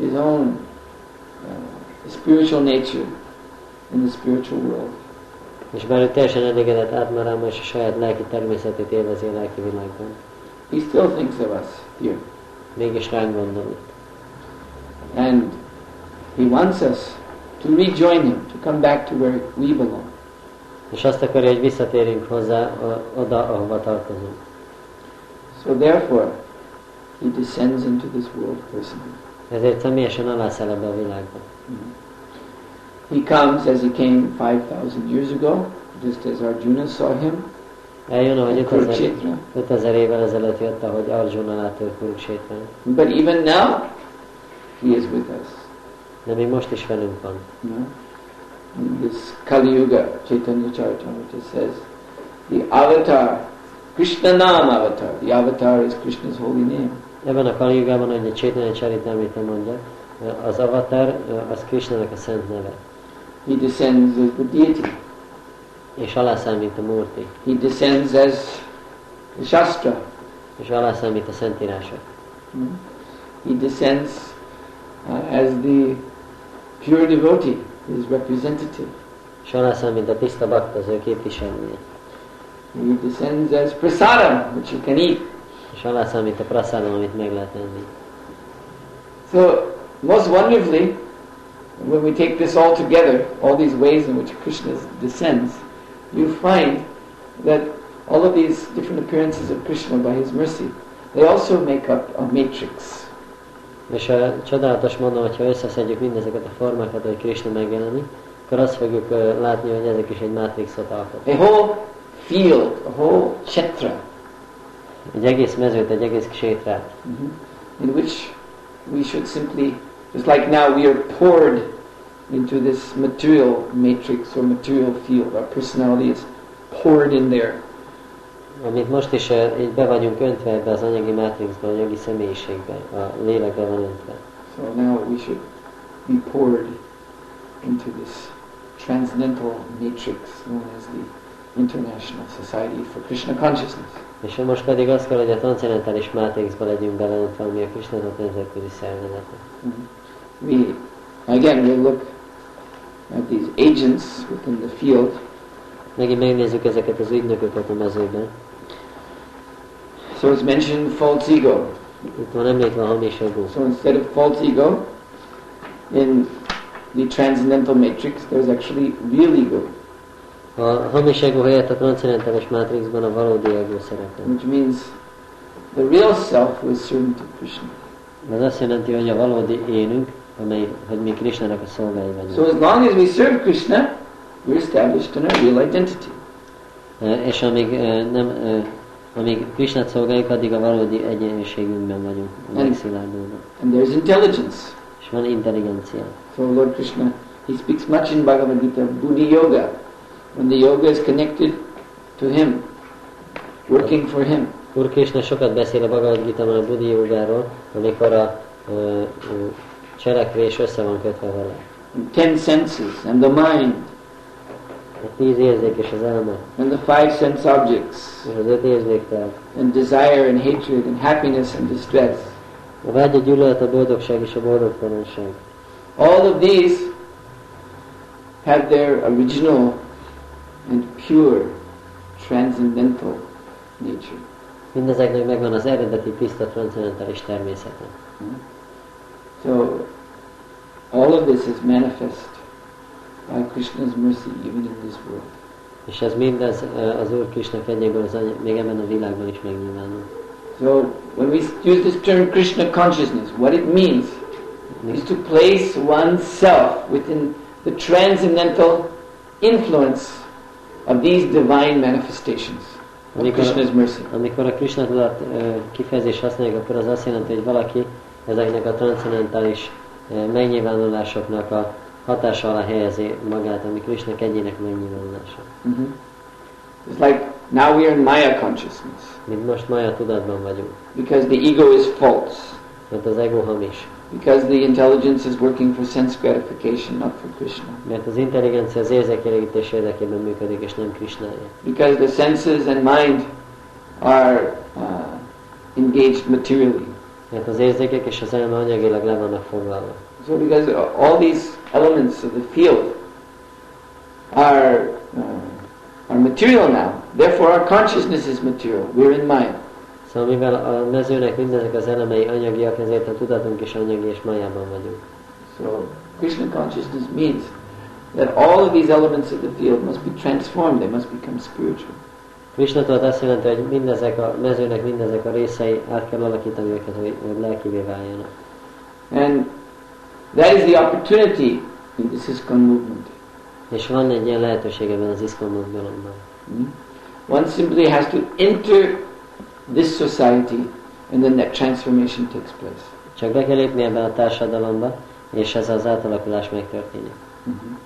[SPEAKER 2] his own uh, spiritual nature in the spiritual world,
[SPEAKER 1] És bár ő teljesen elégedett átmaráma, és a saját lelki természetét élvezi a lelki világban,
[SPEAKER 2] he still thinks of us here.
[SPEAKER 1] mégis ránk gondol.
[SPEAKER 2] And he wants us to rejoin him, to come back to where we belong.
[SPEAKER 1] És azt akarja, hogy visszatérjünk hozzá a, oda, ahova tartozunk.
[SPEAKER 2] So therefore, he descends into this world personally.
[SPEAKER 1] Ezért személyesen alászáll ebbe a világba.
[SPEAKER 2] Mm-hmm. He comes as he came 5,000 years ago, just as Arjuna saw him
[SPEAKER 1] Eljön, ahogy
[SPEAKER 2] in
[SPEAKER 1] 5000,
[SPEAKER 2] Kurukshetra.
[SPEAKER 1] 5000 évvel ezelőtt jött, ahogy Arjuna látta őt Kurukshétrán.
[SPEAKER 2] But even now, he is with us.
[SPEAKER 1] De még most is velünk van.
[SPEAKER 2] You know? In this Kali Yuga, Chaitanya Charitamrita says, the avatar, Krishna Nam avatar, the avatar is Krishna's holy name.
[SPEAKER 1] Ebben a kaligában, ahogy a Csétanya Csarit amit mondja, az avatar az Krishnának a szent neve.
[SPEAKER 2] He descends as the deity.
[SPEAKER 1] És alászáll, mint a Murti.
[SPEAKER 2] He descends as the Shastra.
[SPEAKER 1] És alászáll, mint a Szentírások.
[SPEAKER 2] Hmm? He descends uh, as the pure devotee, his representative.
[SPEAKER 1] És alászáll, mint a tiszta bakta, az ő képviselője.
[SPEAKER 2] He descends as prasadam, which you can eat.
[SPEAKER 1] És alászáll, mint a prasádom, amit meg lehet enni.
[SPEAKER 2] So, most wonderfully, when we take this all together, all these ways in which Krishna descends, you find that all of these different appearances of Krishna by his mercy, they also make up a matrix.
[SPEAKER 1] És a csodálatos mondom, hogyha összeszedjük mindezeket a formákat, hogy Krishna megjelenik, akkor azt fogjuk ö, látni, hogy ezek is egy mátrixot alkotnak.
[SPEAKER 2] A whole field, a whole kshetra,
[SPEAKER 1] Egy egész mezőt, egy egész sétrát,
[SPEAKER 2] in which we should simply, just like now we are poured into this material matrix or material field. Our personality is poured in there.
[SPEAKER 1] amit most is ö, így be vagyunk öntve ebbe az anyagi mátrixba, anyagi személyiségbe, a lélekbe van öntve.
[SPEAKER 2] So now we should be poured into this transcendental matrix known as the International Society for Krishna Consciousness.
[SPEAKER 1] És most pedig azt kell, hogy a transzendentális mátrixba legyünk beleöntve, ami a Krishna nemzetközi szervezete.
[SPEAKER 2] Hmm. We, again, we look at these agents within the field.
[SPEAKER 1] Megint megnézzük ezeket az ügynököket a mezőben.
[SPEAKER 2] So it's mentioned false ego.
[SPEAKER 1] Itt van említve a hamis jogú.
[SPEAKER 2] So instead of false ego, in the transcendental matrix, there's actually real ego,
[SPEAKER 1] A hamis ego helyett a transzendentális mátrixban a valódi ego szerepel.
[SPEAKER 2] which means the real self was servant of Krishna.
[SPEAKER 1] Ez azt jelenti, hogy a valódi énünk, amely, hogy mi Krishnának a szolgái vagyunk.
[SPEAKER 2] So as long as we serve Krishna, we're established in our real identity.
[SPEAKER 1] E, És amíg e, nem, e, amíg Krishnát szolgáljuk, addig a valódi egyenlőségünkben vagyunk, a
[SPEAKER 2] Nem.
[SPEAKER 1] megszilárdulva.
[SPEAKER 2] And there's intelligence.
[SPEAKER 1] És van intelligencia.
[SPEAKER 2] So Lord Krishna, he speaks much in Bhagavad Gita, Buddhi Yoga, when the yoga is connected to him, working for him.
[SPEAKER 1] Úr Krishna sokat beszél a Bhagavad gita a Budi jogáról, amikor a ö, ö, cselekvés össze van kötve vele.
[SPEAKER 2] The ten senses and the mind
[SPEAKER 1] A tíz érzék és az elme,
[SPEAKER 2] and the five sense objects
[SPEAKER 1] és az öt érzéktel.
[SPEAKER 2] and desire and hatred and happiness and distress.
[SPEAKER 1] A vágy, a gyűlölet, a boldogság és a boldogtalanság.
[SPEAKER 2] All of these have their original and pure transcendental nature.
[SPEAKER 1] Mindezeknek megvan az eredeti tiszta transzendentális természete.
[SPEAKER 2] So, all of this is manifest by Krishna's mercy even in this world.
[SPEAKER 1] És ez mindez ö, az Úr Krishna kegyéből az any- még ebben a világban is megnyilvánul.
[SPEAKER 2] So So when we use this term Krishna consciousness, what it means is to place oneself within the transcendental influence of these divine manifestations of
[SPEAKER 1] Amikor-
[SPEAKER 2] Krishna's mercy.
[SPEAKER 1] Amikor a Krishna tudat ö, kifejezést használjuk, akkor az azt jelenti, hogy valaki ezeknek a transzendentális ö, megnyilvánulásoknak a hatása alá helyezi magát, ami Krishna egyének megnyilvánulása.
[SPEAKER 2] Mhm. It's like now we are in Maya consciousness
[SPEAKER 1] Mint most Maya tudatban vagyunk,
[SPEAKER 2] because the ego is false,
[SPEAKER 1] mert az ego hamis,
[SPEAKER 2] because the intelligence is working for sense gratification, not for Krishna.
[SPEAKER 1] mert az intelligencia az érzékelégítés érdekében működik, és nem Krishnája.
[SPEAKER 2] because the senses and mind are uh, engaged materially.
[SPEAKER 1] Mert az érzékek és az elme anyagilag le vannak foglalva.
[SPEAKER 2] So because all these elements of the field are uh, are material now, therefore our consciousness is material. We're in Maya.
[SPEAKER 1] Szóval mivel a mezőnek mindezek az elemei anyagiak, ezért a tudatunk is anyagi és májában vagyunk.
[SPEAKER 2] So Krishna consciousness means that all of these elements of the field must be transformed. They must become spiritual.
[SPEAKER 1] Krishna tudat azt jelenti, hogy mindezek a mezőnek mindezek a részei át kell alakítani őket, hogy hogy lelkivé váljanak.
[SPEAKER 2] And that is the opportunity in this ISKCON movement.
[SPEAKER 1] És van egy ilyen lehetőség ebben az iszkon mozgalomban.
[SPEAKER 2] Hmm? One simply has to enter this society and then that transformation takes place.
[SPEAKER 1] Csak be kell lépni ebbe a társadalomba, és ez az átalakulás megtörténik.
[SPEAKER 2] Hmm?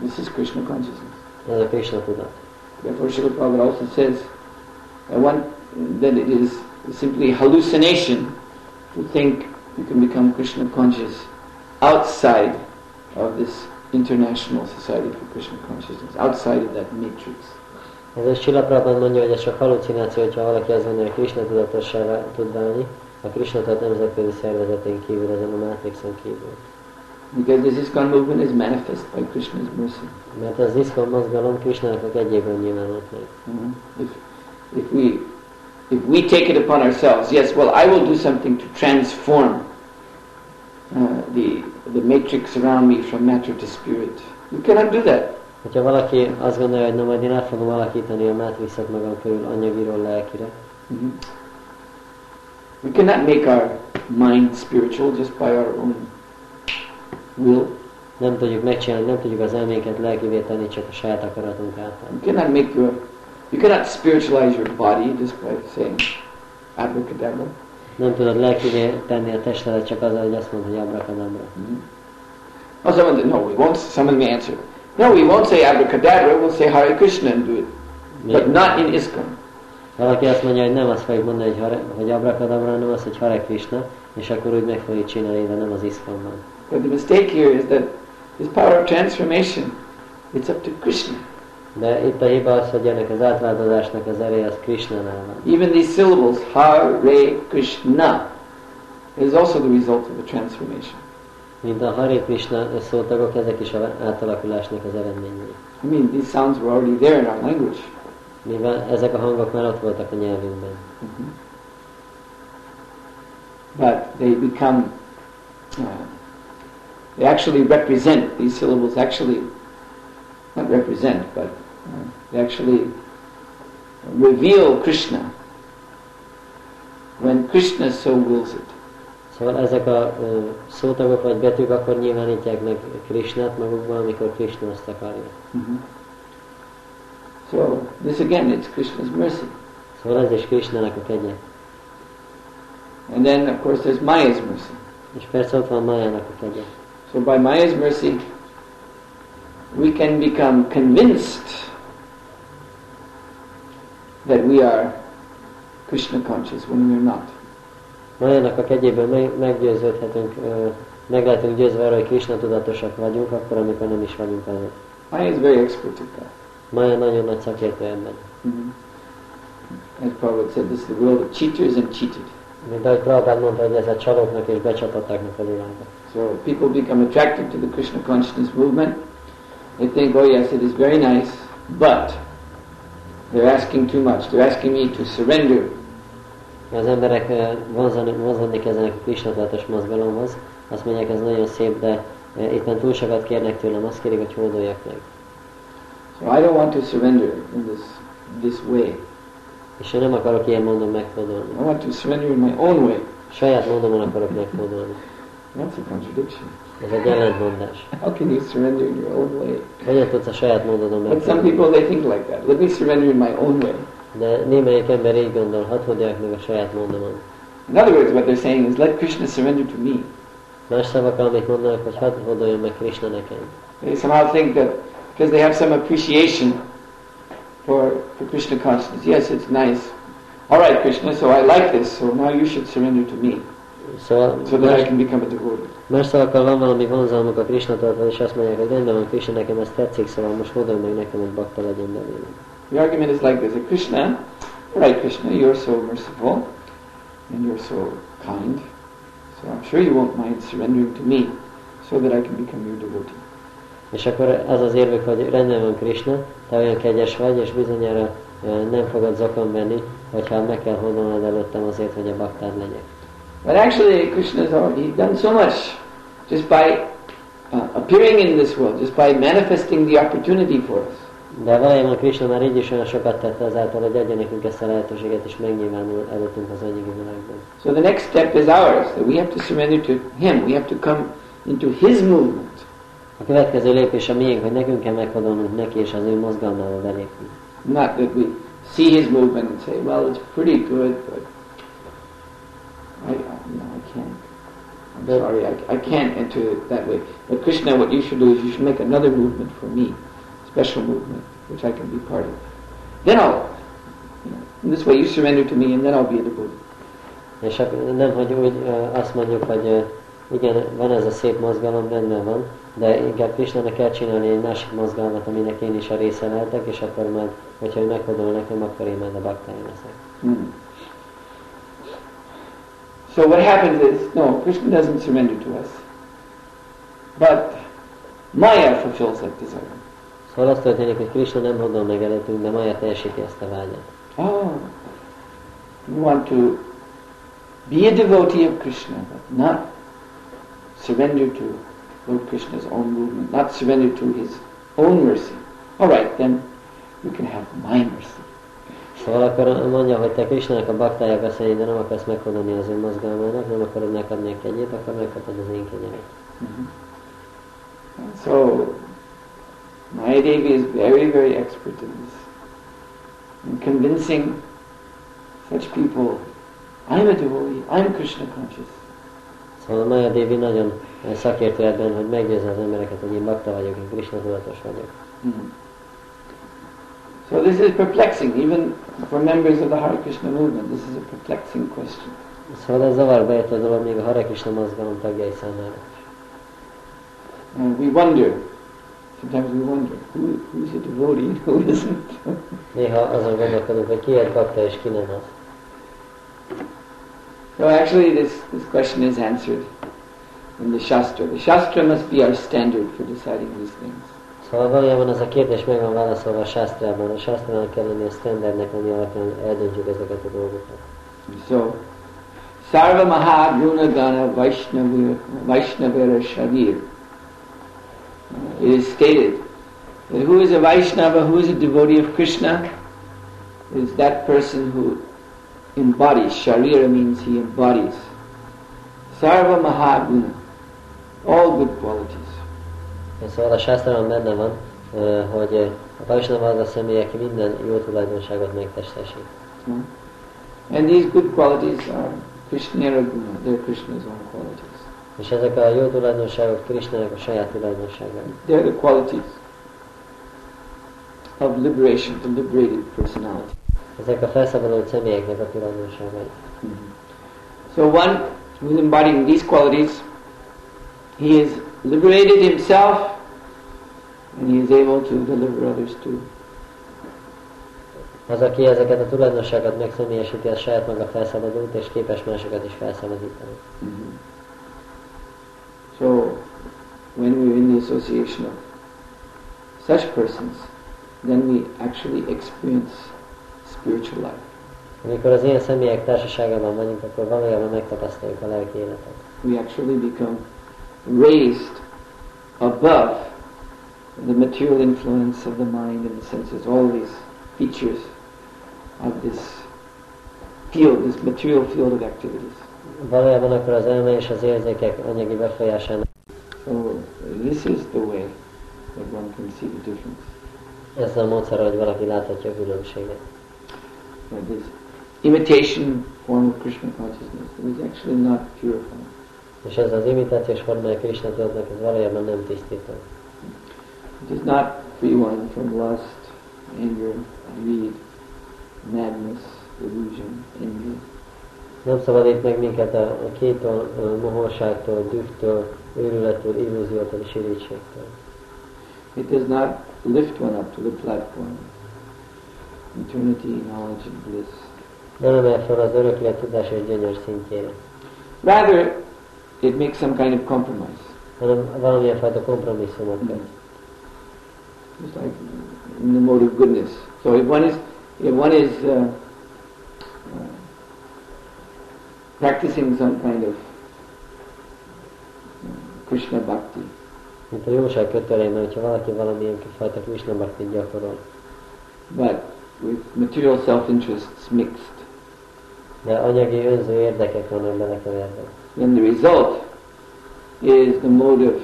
[SPEAKER 2] This is Krishna consciousness.
[SPEAKER 1] Ez a Krishna tudat.
[SPEAKER 2] Therefore Srila Prabhupada also says that, one, that it is simply hallucination to think you can become Krishna conscious outside of this international society for Krishna consciousness, outside of that matrix.
[SPEAKER 1] Ez Srila Prabhupada mondja, hogy ez csak halucináció, hogyha valaki azt gondolja, hogy Krishna tudatossá vá- tud válni, a Krishna tudat nemzetközi szervezetén kívül, ezen a Matrixon kívül.
[SPEAKER 2] Because this ISKCON movement is manifest by Krishna's mercy.
[SPEAKER 1] Mert az iszkon mozgalom Krishnának a kegyében nyilvánult meg.
[SPEAKER 2] Mhm. If, if we if we take it upon ourselves, yes, well, I will do something to transform uh, the the matrix around me from matter to spirit. You cannot do that.
[SPEAKER 1] Hogyha valaki azt gondolja, hogy na majd én át fogom alakítani a mátrixot magam körül anyagiról lelkire,
[SPEAKER 2] We cannot make our mind spiritual just by our own will.
[SPEAKER 1] nem tudjuk megcsinálni, nem tudjuk az elménket lelkivé tenni, csak a saját akaratunk által.
[SPEAKER 2] You cannot make your you cannot spiritualize your body just by saying abracadabra.
[SPEAKER 1] Nem tudod lelkivé tenni a testedet csak azzal, hogy azt mondod, hogy abrakadabra.
[SPEAKER 2] Oh, Hmm? someone said, no, we won't. Someone may answer. No, we won't say abracadabra. We'll say Hare Krishna and do it. But not in ISKCON.
[SPEAKER 1] Valaki azt mondja, hogy nem azt fogjuk mondani, hogy, hare, hogy abrakadabra, hanem azt, hogy Hare Krishna, és akkor úgy meg fogjuk csinálni, de nem az iszkamban.
[SPEAKER 2] But the mistake here is that this power of transformation, it's up to Krishna.
[SPEAKER 1] De itt a hiba az, hogy ennek az átváltozásnak az ereje az Krishnánál van.
[SPEAKER 2] Even these syllables, Hare Krishna, is also the result of a transformation.
[SPEAKER 1] Mint a Hare Krishna szótagok, ezek is a átalakulásnak az eredményei.
[SPEAKER 2] I mean, these sounds were already there in our language.
[SPEAKER 1] Mivel ezek a hangok már ott voltak a nyelvünkben,
[SPEAKER 2] but they become, uh, they actually represent, these syllables actually, not represent, but uh, they actually reveal Krishna when Krishna so wills it.
[SPEAKER 1] Szóval ezek a ö, szótagok vagy betűk akkor nyilvánítják meg Krishnát magukban, amikor Krishna azt akarja.
[SPEAKER 2] So this again, it's Krishna's mercy.
[SPEAKER 1] Szóval ez is Krishnának a kegye.
[SPEAKER 2] And then of course there's Maya's mercy.
[SPEAKER 1] És persze ott van Májának a kegye.
[SPEAKER 2] So by Maya's mercy, we can become convinced that we are Krishna conscious when we're not.
[SPEAKER 1] Májának a kegyéből meg, meggyőződhetünk, ö, meg lehetünk győzve arra, hogy Krishna tudatosak vagyunk, akkor, amikor nem is vagyunk azok.
[SPEAKER 2] Maya is very expert at that. Mm-hmm.
[SPEAKER 1] Mája nagyon nagy szakértő ebben.
[SPEAKER 2] As Prabhupada said, this is the world of cheaters and cheated.
[SPEAKER 1] Mint ahogy Prabhupád mondta, hogy ez a csalóknak és becsapatoknak a világa.
[SPEAKER 2] So people become attracted to the Krishna consciousness movement. They think, oh yes, it is very nice, but they're asking too much. They're asking me to surrender.
[SPEAKER 1] Az emberek ö, vonzani- vonzódni kezdenek a Krishna tudatos mozgalomhoz, azt mondják, ez nagyon szép, de ö, éppen túl sokat kérnek tőlem, azt kérik, hogy hódoljak meg.
[SPEAKER 2] So I don't want to surrender in this this way.
[SPEAKER 1] És én nem akarok ilyen módon
[SPEAKER 2] I
[SPEAKER 1] meghódolni.
[SPEAKER 2] want to surrender in my own way.
[SPEAKER 1] Saját módon akarok meghódolni.
[SPEAKER 2] That's a contradiction.
[SPEAKER 1] Ez egy ellentmondás.
[SPEAKER 2] How can you surrender in your own way?
[SPEAKER 1] Hogyan tudsz a saját módon
[SPEAKER 2] But some
[SPEAKER 1] meghódolni?
[SPEAKER 2] people, they think like that. Let me surrender in my own way.
[SPEAKER 1] De némelyik ember így gondol, hadd hódják meg a saját módomon.
[SPEAKER 2] In other words, what they're saying is, let Krishna surrender to me.
[SPEAKER 1] Más szavakkal, amit mondanak, hogy hadd hódoljon meg Krishna nekem.
[SPEAKER 2] They somehow think that because they have some appreciation for, for Krishna consciousness. Yes, it's nice. All right, Krishna, so I like this, so now you should surrender to me
[SPEAKER 1] Szóval
[SPEAKER 2] so that I
[SPEAKER 1] más,
[SPEAKER 2] can become a devotee.
[SPEAKER 1] más szavakkal van valami vonzalmuk a Krishna tartal, és azt mondják, hogy rendben van Krishna, nekem ez tetszik, szóval most hódolj meg nekem, hogy bakta legyen belőlem.
[SPEAKER 2] The argument is like this. that Krishna, all right, Krishna, you're so merciful and you're so kind, so I'm sure you won't mind surrendering to me so that I can become your devotee.
[SPEAKER 1] És akkor az az érvük, hogy rendben van Krishna, te olyan kegyes vagy, és bizonyára ö, nem fogod zokon venni, hogyha meg kell hódolnod előttem azért, hogy a baktád legyek.
[SPEAKER 2] But actually, Krishna has already done so much just by uh, appearing in this world, just by manifesting the opportunity for us.
[SPEAKER 1] De valójában Krishna már így is olyan sokat tette azáltal, hogy adja nekünk ezt a lehetőséget, és megnyilvánul előttünk az anyagi világban.
[SPEAKER 2] So the next step is ours, that we have to surrender to Him. We have to come into His movement.
[SPEAKER 1] A következő lépés a miénk, hogy nekünk kell meghadolnunk neki, és az ő mozgalmába belépni.
[SPEAKER 2] Not that we see His movement and say, well, it's pretty good, but I, I, no, I can't. I'm
[SPEAKER 1] But-
[SPEAKER 2] sorry, I, I can't enter it that way. But Krishna, what you should do is you should make another movement for me, special movement, which I can be part of. Then I'll, you know, in this way you surrender to me and then I'll be a devotee.
[SPEAKER 1] És ak- nem, hogy úgy ö, azt mondjuk, hogy ö, igen, van ez a szép mozgalom, rendben van, de inkább Krisztának kell csinálni egy másik mozgalmat, aminek én is a része lehetek, és akkor majd, hogyha ő meghadol nekem, akkor én már a baktáim leszek.
[SPEAKER 2] Hmm. So what happens is, no, Krishna doesn't surrender to us. But Maya fulfills that desire.
[SPEAKER 1] Szóval az történik, hogy Krishna nem hadol meg előttünk, de Maja teljesíti ezt a vágyat.
[SPEAKER 2] Oh, you want to be a devotee of Krishna, but not surrender to Lord Krishna's own movement, not surrender to his own mercy. All right, then you can have my mercy.
[SPEAKER 1] Szóval akkor mondja, hogy te Krishnának a baktája beszélni, de nem akarsz meghadolni az ő mozgalmának, nem akarod megkapni a kegyét, akkor megkapod az én kegyemet.
[SPEAKER 2] Mm-hmm. So, Maya Devi is very, very expert in this. In convincing such people, I'm a devotee, I'm Krishna conscious.
[SPEAKER 1] Szóval Maya Devi nagyon eh, szakértő ebben, hogy meggyőzze az embereket, hogy én bakta vagyok, én Krishna tudatos vagyok.
[SPEAKER 2] Hmm. So this is perplexing, even for members of the Hare Krishna movement, this is a perplexing question.
[SPEAKER 1] Szóval ez zavarba ejtő dolog még a Hare Krishna mozgalom tagjai számára.
[SPEAKER 2] And we wonder, sometimes we wonder, who, who's a devotee and who isn't? (laughs)
[SPEAKER 1] Néha azon gondolkodunk, hogy ki egy bakta és ki nem az.
[SPEAKER 2] so actually this, this question is answered in the Shastra. The Shastra must be our standard for deciding these things.
[SPEAKER 1] Szóval valójában ez a kérdés meg van válaszolva a sásztrában. A sásztrának kell lenni a standardnek, ami alapján eldöntjük ezeket a dolgokat.
[SPEAKER 2] So, Sarva Maha Brunagana Vaishnavira Vaishnavira Shavir. Uh, It is stated that who is a Vaishnava, who is a devotee of Krishna, is that person who embodies. Sharira means he embodies. Sarva Maha Guna, all good qualities.
[SPEAKER 1] Szóval a sásztrában benne van, ö, hogy ö, a Vaisnava az a személy, aki minden jó tulajdonságot megtestesít.
[SPEAKER 2] Hmm? And these good qualities are Krishnera Guna, they're Krishna's own qualities.
[SPEAKER 1] És ezek a jó tulajdonságok Krishnának a saját tulajdonságai.
[SPEAKER 2] They're the qualities of liberation, the liberated personality.
[SPEAKER 1] Ezek a felszabadult személyeknek a tulajdonságai.
[SPEAKER 2] So one who's embodying these qualities, he is liberated himself and he is able to deliver others too.
[SPEAKER 1] Az, aki ezeket a tulajdonságokat megszemélyesíti, az saját maga felszabadult, és képes másokat is felszabadítani.
[SPEAKER 2] So when we're in the association of such persons, then we actually experience spiritual life.
[SPEAKER 1] Amikor az ilyen személyek társaságában vagyunk, akkor valójában megtapasztaljuk a lelki életet.
[SPEAKER 2] we actually become raised above the material influence of the mind and the senses, all these features of this field, this material field of activities.
[SPEAKER 1] Valójában akkor az elme és az érzékek anyagi befolyásának
[SPEAKER 2] So this is the way that one can see the difference.
[SPEAKER 1] ezzel a módszerrel, hogy valaki láthatja a különbséget.
[SPEAKER 2] That this imitation form of Krishna consciousness is actually not purified.
[SPEAKER 1] És ez az imitációs formája Krishna tudatnak, ez valójában nem tisztító.
[SPEAKER 2] It does not free one from lust, anger, greed, madness, illusion, envy.
[SPEAKER 1] Nem szabadít meg minket a, a kétől, a mohóságtól, dühtől, őrülettől, illúziótól és irítségtől.
[SPEAKER 2] It does not lift one up to the platform. Eternity, knowledge, and bliss.
[SPEAKER 1] Nem emel fel az öröklet tudás és gyönyör szintjére,
[SPEAKER 2] Rather, it makes some kind of compromise.
[SPEAKER 1] hanem valamilyen fajta kompromisszumot tesz.
[SPEAKER 2] Just like in the mode of goodness. So if one is, if one is uh, uh, practicing some kind of uh, Krishna bhakti,
[SPEAKER 1] Mint a jóság kötelében, hogyha valaki valamilyen fajta Krishna bhaktit gyakorol,
[SPEAKER 2] but with material self-interests mixed,
[SPEAKER 1] de anyagi önző érdekek vannak belekeverve.
[SPEAKER 2] then the result is the mode of,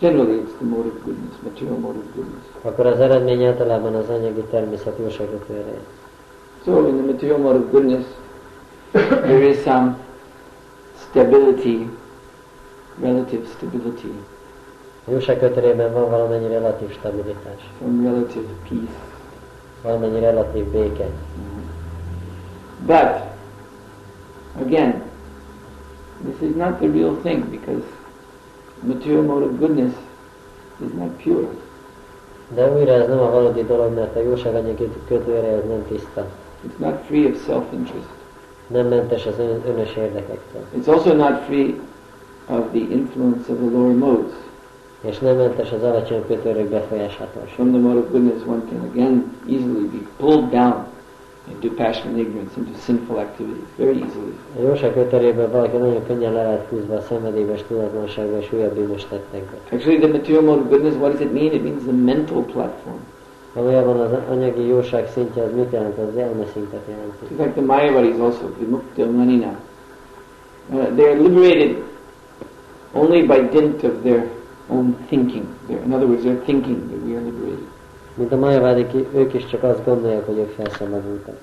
[SPEAKER 2] generally it's the mode of goodness, material mode of goodness.
[SPEAKER 1] Akkor az eredmény általában az anyagi természet jóságra térjel.
[SPEAKER 2] So in the material mode of goodness, (coughs) there is some stability, relative stability,
[SPEAKER 1] A jóság kötelében van valamennyi relatív stabilitás,
[SPEAKER 2] some relative peace.
[SPEAKER 1] valamennyi relatív béke.
[SPEAKER 2] But again, this is not the real thing because material mode of goodness is not pure.
[SPEAKER 1] De újra ez nem a valódi dolog, mert a jóság anyagi kötőre ez nem tiszta.
[SPEAKER 2] It's not free of self-interest.
[SPEAKER 1] Nem mentes az ön, önös érdekektől.
[SPEAKER 2] It's also not free of the influence of the lower modes.
[SPEAKER 1] És nem mentes az alacsony kötőrök befolyásától sem.
[SPEAKER 2] From the mode of goodness, one can again easily be pulled down into passion and ignorance, into sinful activities, very easily.
[SPEAKER 1] A jóság kötelében valaki nagyon könnyen le lehet küzdve a szenvedélyes tudatlanságba és újabb bűnös tettekbe.
[SPEAKER 2] Actually, the material mode of goodness, what does it mean? It means the mental platform.
[SPEAKER 1] Valójában az anyagi jóság szintje az mit jelent? Az elme szintet jelenti.
[SPEAKER 2] It's like the Mayavadis also, Vimukta Manina. Uh, they are liberated only by dint of their own thinking. Their, in other words, their thinking that we are liberated.
[SPEAKER 1] Mint a majavádik, ők is csak azt gondolják, hogy ők felszabadultak.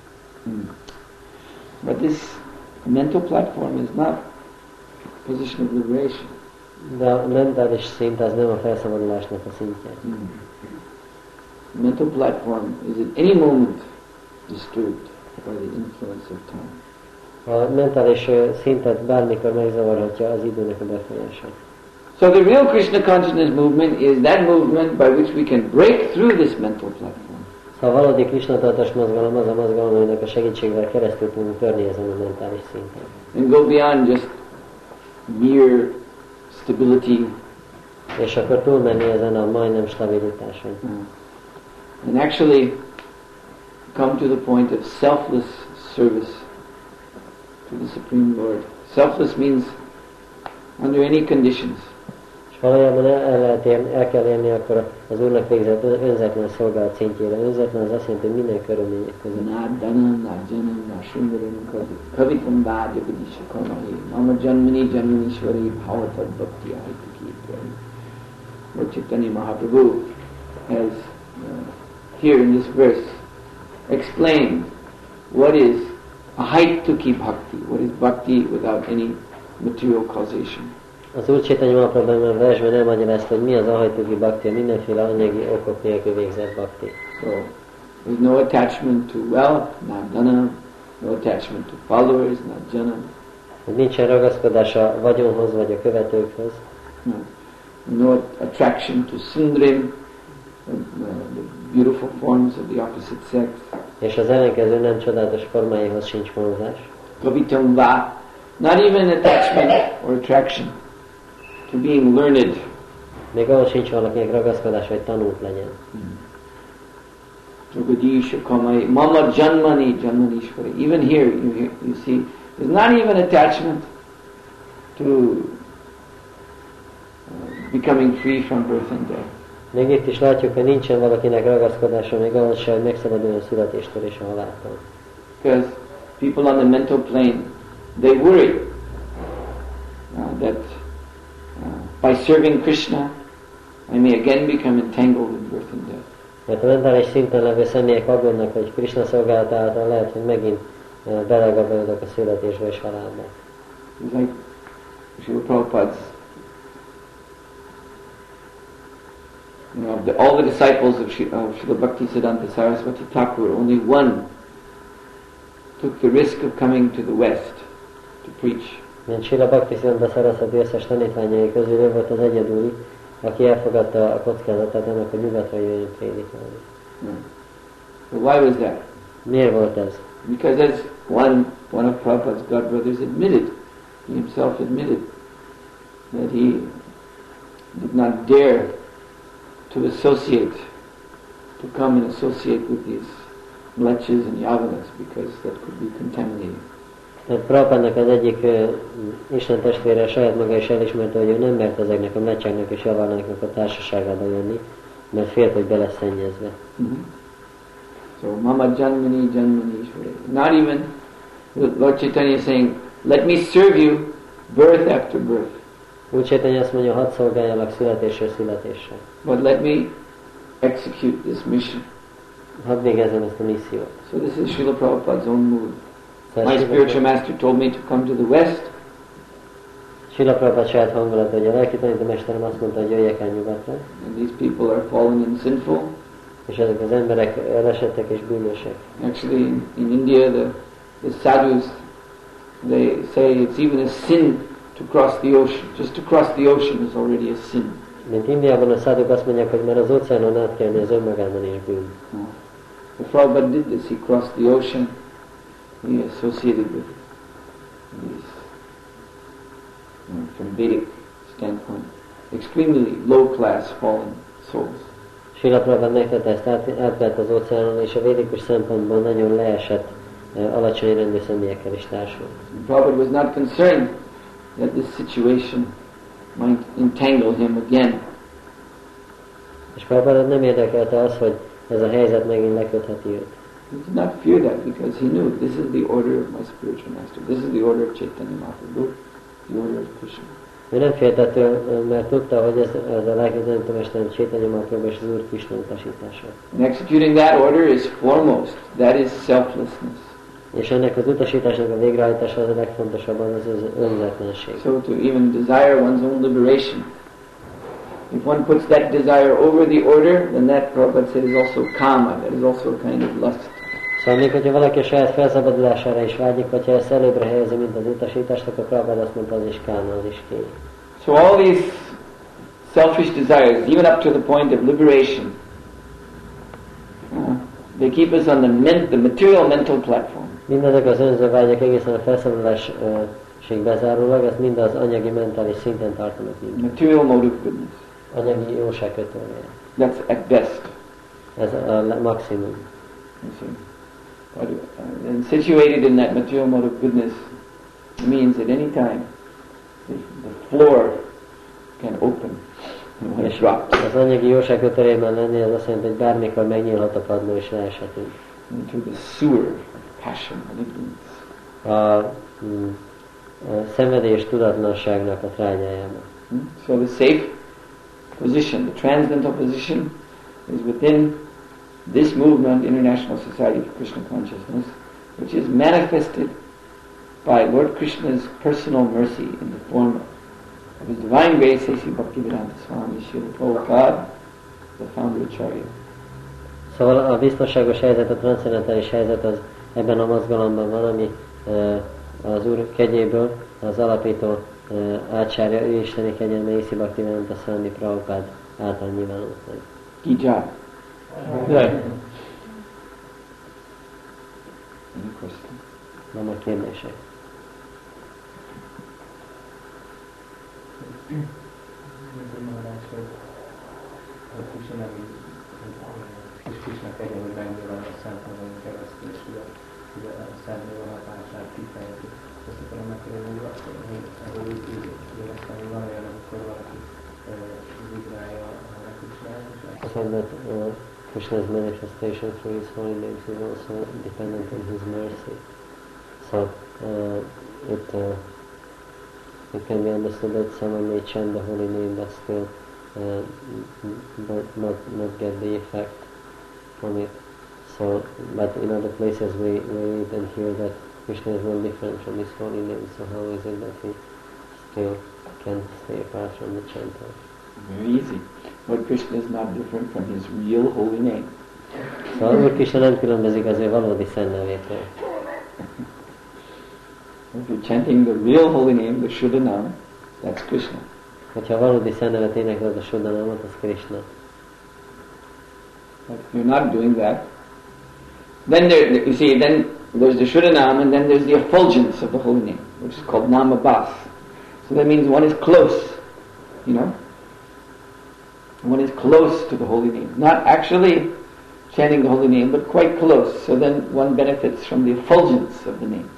[SPEAKER 2] Hmm. But this mental platform is not a position of liberation.
[SPEAKER 1] De a mentális szint az nem a felszabadulásnak a szintje.
[SPEAKER 2] The mental platform is at any moment disturbed by the influence of time.
[SPEAKER 1] A mentális ö, szintet bármikor megzavarhatja az időnek a befolyása.
[SPEAKER 2] So the real Krishna consciousness movement is that movement by which we can break through this mental platform.
[SPEAKER 1] Szóval a valódi krisnatatos mozgalom az a mozgalom, aminek a segítségével keresztül tudunk törni ezen a mentális szinten.
[SPEAKER 2] and go beyond just mere stability
[SPEAKER 1] És akkor túlmenni ezen a majdnem stabilitáson.
[SPEAKER 2] Mm. and actually come to the point of selfless service to the Supreme Lord. Selfless means under any conditions.
[SPEAKER 1] És valójában el, el, lehet érni, el kell érni akkor az Úrnak végzett ö- önzetlen szolgálat szintjére. Önzetlen az azt jelenti, hogy minden körülmények között.
[SPEAKER 2] Na dana, na jana, na sundaram kavi- kavitam vadyapadisha kamahi, mama janmani janmanishwari bhavatad bhakti ahitaki dvai. Lord Chaitanya Mahaprabhu has uh, here in this verse explained what is ahituki bhakti, what is bhakti without any material causation.
[SPEAKER 1] Az Úr Csétány Mahaprabhában versben elmagyarázta, hogy mi az ahajtógi bakti, a mindenféle anyagi okok nélkül végzett bakti.
[SPEAKER 2] So there's no attachment to wealth, na dana, no attachment to followers, na jana,
[SPEAKER 1] Hogy nincsen ragaszkodás a vagyonhoz vagy a követőkhöz,
[SPEAKER 2] No, no attraction to sundarim, uh, the beautiful forms of the opposite sex.
[SPEAKER 1] és az ellenkező nem csodálatos formáihoz sincs vonzás.
[SPEAKER 2] Kavitam va, not even attachment or attraction to being learned.
[SPEAKER 1] Még ahhoz sincs valakinek ragaszkodás, hogy tanult legyen.
[SPEAKER 2] Jogadisha kamai, mama janmani janmanishwari. Even here, you, hear- you see, there's not even attachment to uh, becoming free from birth and death.
[SPEAKER 1] Még itt is látjuk, hogy nincsen valakinek ragaszkodása, még ahhoz se, hogy megszabaduljon a születéstől és a haláltól.
[SPEAKER 2] Because people on the mental plane, they worry uh, that uh, by serving Krishna, I may again become entangled in birth and death.
[SPEAKER 1] Mert a mentális szinten levő személyek aggódnak, hogy Krishna szolgálata által lehet, hogy megint eh, belegabajodok a születésbe és halálba.
[SPEAKER 2] It's like Srila Prabhupada's. You know, of the, all the disciples of Sri- of Srila Bhakti Siddhanta Saraswati Thakur, only one took the risk of coming to the West to preach.
[SPEAKER 1] Mint Sila Bhaktisiddhanta Saraswati összes tanítványai közül ő volt az egyedüli, aki elfogadta a kockázatát annak, hogy nyugatra jöjjön prédikálni.
[SPEAKER 2] But why was that?
[SPEAKER 1] Miért volt ez?
[SPEAKER 2] Because as one, one of Prabhupada's god brothers admitted, he himself admitted, that he did not dare to associate, to come and associate with these mlechas and yavanas because that could be contaminating.
[SPEAKER 1] Tehát Prabhupának az egyik ö, Isten testvére saját maga is elismerte, hogy ő nem mert ezeknek a meccseknek és javanáknak a társaságába jönni, mert félt, hogy be lesz szennyezve.
[SPEAKER 2] So Mama Janmani Janmani Ishvare. Not even Lord Chaitanya is saying, let me serve you birth after birth,
[SPEAKER 1] Úgy Csétany azt mondja, hadd szolgáljanak születésről születésre.
[SPEAKER 2] but let me execute this mission.
[SPEAKER 1] Hadd végezzem ezt a missziót.
[SPEAKER 2] So this is Srila Prabhupada's own move.
[SPEAKER 1] Szóval
[SPEAKER 2] My
[SPEAKER 1] Srila-
[SPEAKER 2] spiritual master told me to come to the West.
[SPEAKER 1] Srila Prabhupada saját hangulata, hogy a lelki tanítómesterem azt mondta, hogy jöjjek el nyugatra,
[SPEAKER 2] And these people are fallen and sinful.
[SPEAKER 1] és ezek az emberek elesettek és bűnösek.
[SPEAKER 2] Actually, in, in India, the, the sadhus, they say it's even a sin to cross the ocean. Just to cross the ocean is already a sin.
[SPEAKER 1] Mint Indiában a szádok azt mondják, hogy már az óceánon átkelni az önmagában is bűn.
[SPEAKER 2] The Prabhupada did this. He crossed the ocean. He associated with these, you know, from Vedic standpoint, extremely low-class fallen souls.
[SPEAKER 1] Srila Prabhupada megtette ezt, át, átvett az óceánon, és a védikus szempontból nagyon leesett eh, alacsony rendű személyekkel is társult.
[SPEAKER 2] And Prabhupada was not concerned that this situation might entangle him again.
[SPEAKER 1] És Prabhupada nem érdekelte az, hogy ez a helyzet megint lekötheti őt.
[SPEAKER 2] He did not fear that because he knew this is the order of my spiritual master. This is the order of Chaitanya Mahaprabhu, the order of Krishna.
[SPEAKER 1] Ő nem féltett, tőle, mert tudta, hogy ez, ez a lelki tanítómesterem Csétanya Mahaprabhu és az Úr Krishna utasítása.
[SPEAKER 2] And executing that order is foremost. That is selflessness.
[SPEAKER 1] És ennek az utasításnak a végrehajtása az a legfontosabb, az az önzetlenség.
[SPEAKER 2] So to even desire one's own liberation. If one puts that desire over the order, then that, Prabhupada said, is also kama. That is also a kind of lust.
[SPEAKER 1] Szóval még hogyha valaki a saját felszabadulására is vágyik, hogyha ezt előbbre helyezi, mint az utasítást, akkor Prabhupada azt mondta, az is kána, az is kény.
[SPEAKER 2] So all these selfish desires, even up to the point of liberation, uh, they keep us on the, men- the material mental platform.
[SPEAKER 1] Mindezek az önző vágyak egészen a felszabadulásig bezárólag, ezt mind az anyagi mentális szinten tartanak mind.
[SPEAKER 2] material mode of goodness.
[SPEAKER 1] Anyagi jóság kötője.
[SPEAKER 2] That's at best.
[SPEAKER 1] Ez a le- maximum.
[SPEAKER 2] You see. But, uh, and situated in that material mode of goodness means at any time the, the floor can open and one
[SPEAKER 1] És
[SPEAKER 2] drops
[SPEAKER 1] az anyagi jóság kötőjében lenni, az azt jelenti, hogy bármikor megnyílhat a padló és leeshetünk.
[SPEAKER 2] into the sewer of passion and ignorance.
[SPEAKER 1] A, mm, a szenvedés tudatlanságnak a trágyájába.
[SPEAKER 2] Hmm? So the safe position, the transcendental position, is within this movement, International Society for Krishna Consciousness, which is manifested by Lord Krishna's personal mercy in the form of His Divine Grace, Sesi Bhaktivedanta Swami Srila Prabhupada, the founder of Charya.
[SPEAKER 1] Szóval a biztonságos helyzet, a transzendentális helyzet az ebben a mozgalomban van, ami e, az Úr kegyéből az alapító e, átsárja, ő Isteni kegyelme, Iszi Bhaktivedanta Szalmi Prabhupád által nyilvánult meg.
[SPEAKER 2] Ki job. Right. Any questions?
[SPEAKER 1] Vannak kérdések.
[SPEAKER 3] Mondta Maharaj, hogy a Krishna, kis Krishna kegyelmi megnyilván a szentmagyon keresztül, és ugye, ugye a szentmagyon hatását kifejti. Ezt akarom megkérdezni, hogy azt hogy ebből úgy úgy éreztem, hogy van olyan, amikor valaki ö, vibrálja a Krishnát, és
[SPEAKER 1] I said that uh, Krishna's manifestation through his holy names is also dependent on his mercy. So uh, it uh, it can be understood that someone may chant the holy name but still uh, not, not not get the effect from it. So, but in other places we, we read and hear that Krishna is not different from his holy name. So how is it that he still can stay apart from the chanter?
[SPEAKER 2] Very easy. Lord Krishna is not different from his real holy name.
[SPEAKER 1] Szóval Úr Krishna nem különbözik az ő valódi szent nevétől.
[SPEAKER 2] If you're chanting the real holy name, the Shuddha Nama, that's Krishna.
[SPEAKER 1] Hogyha a valódi szent nevet énekeled a Sudanámot, az Krishna.
[SPEAKER 2] But if you're not doing that, then there, you see, then there's the Shuddha Nama and then there's the effulgence of the holy name, which is called Nama Bas. So that means one is close, you know? One is close to the holy name. Not actually chanting the holy name, but quite close. So then one benefits from the effulgence of the name.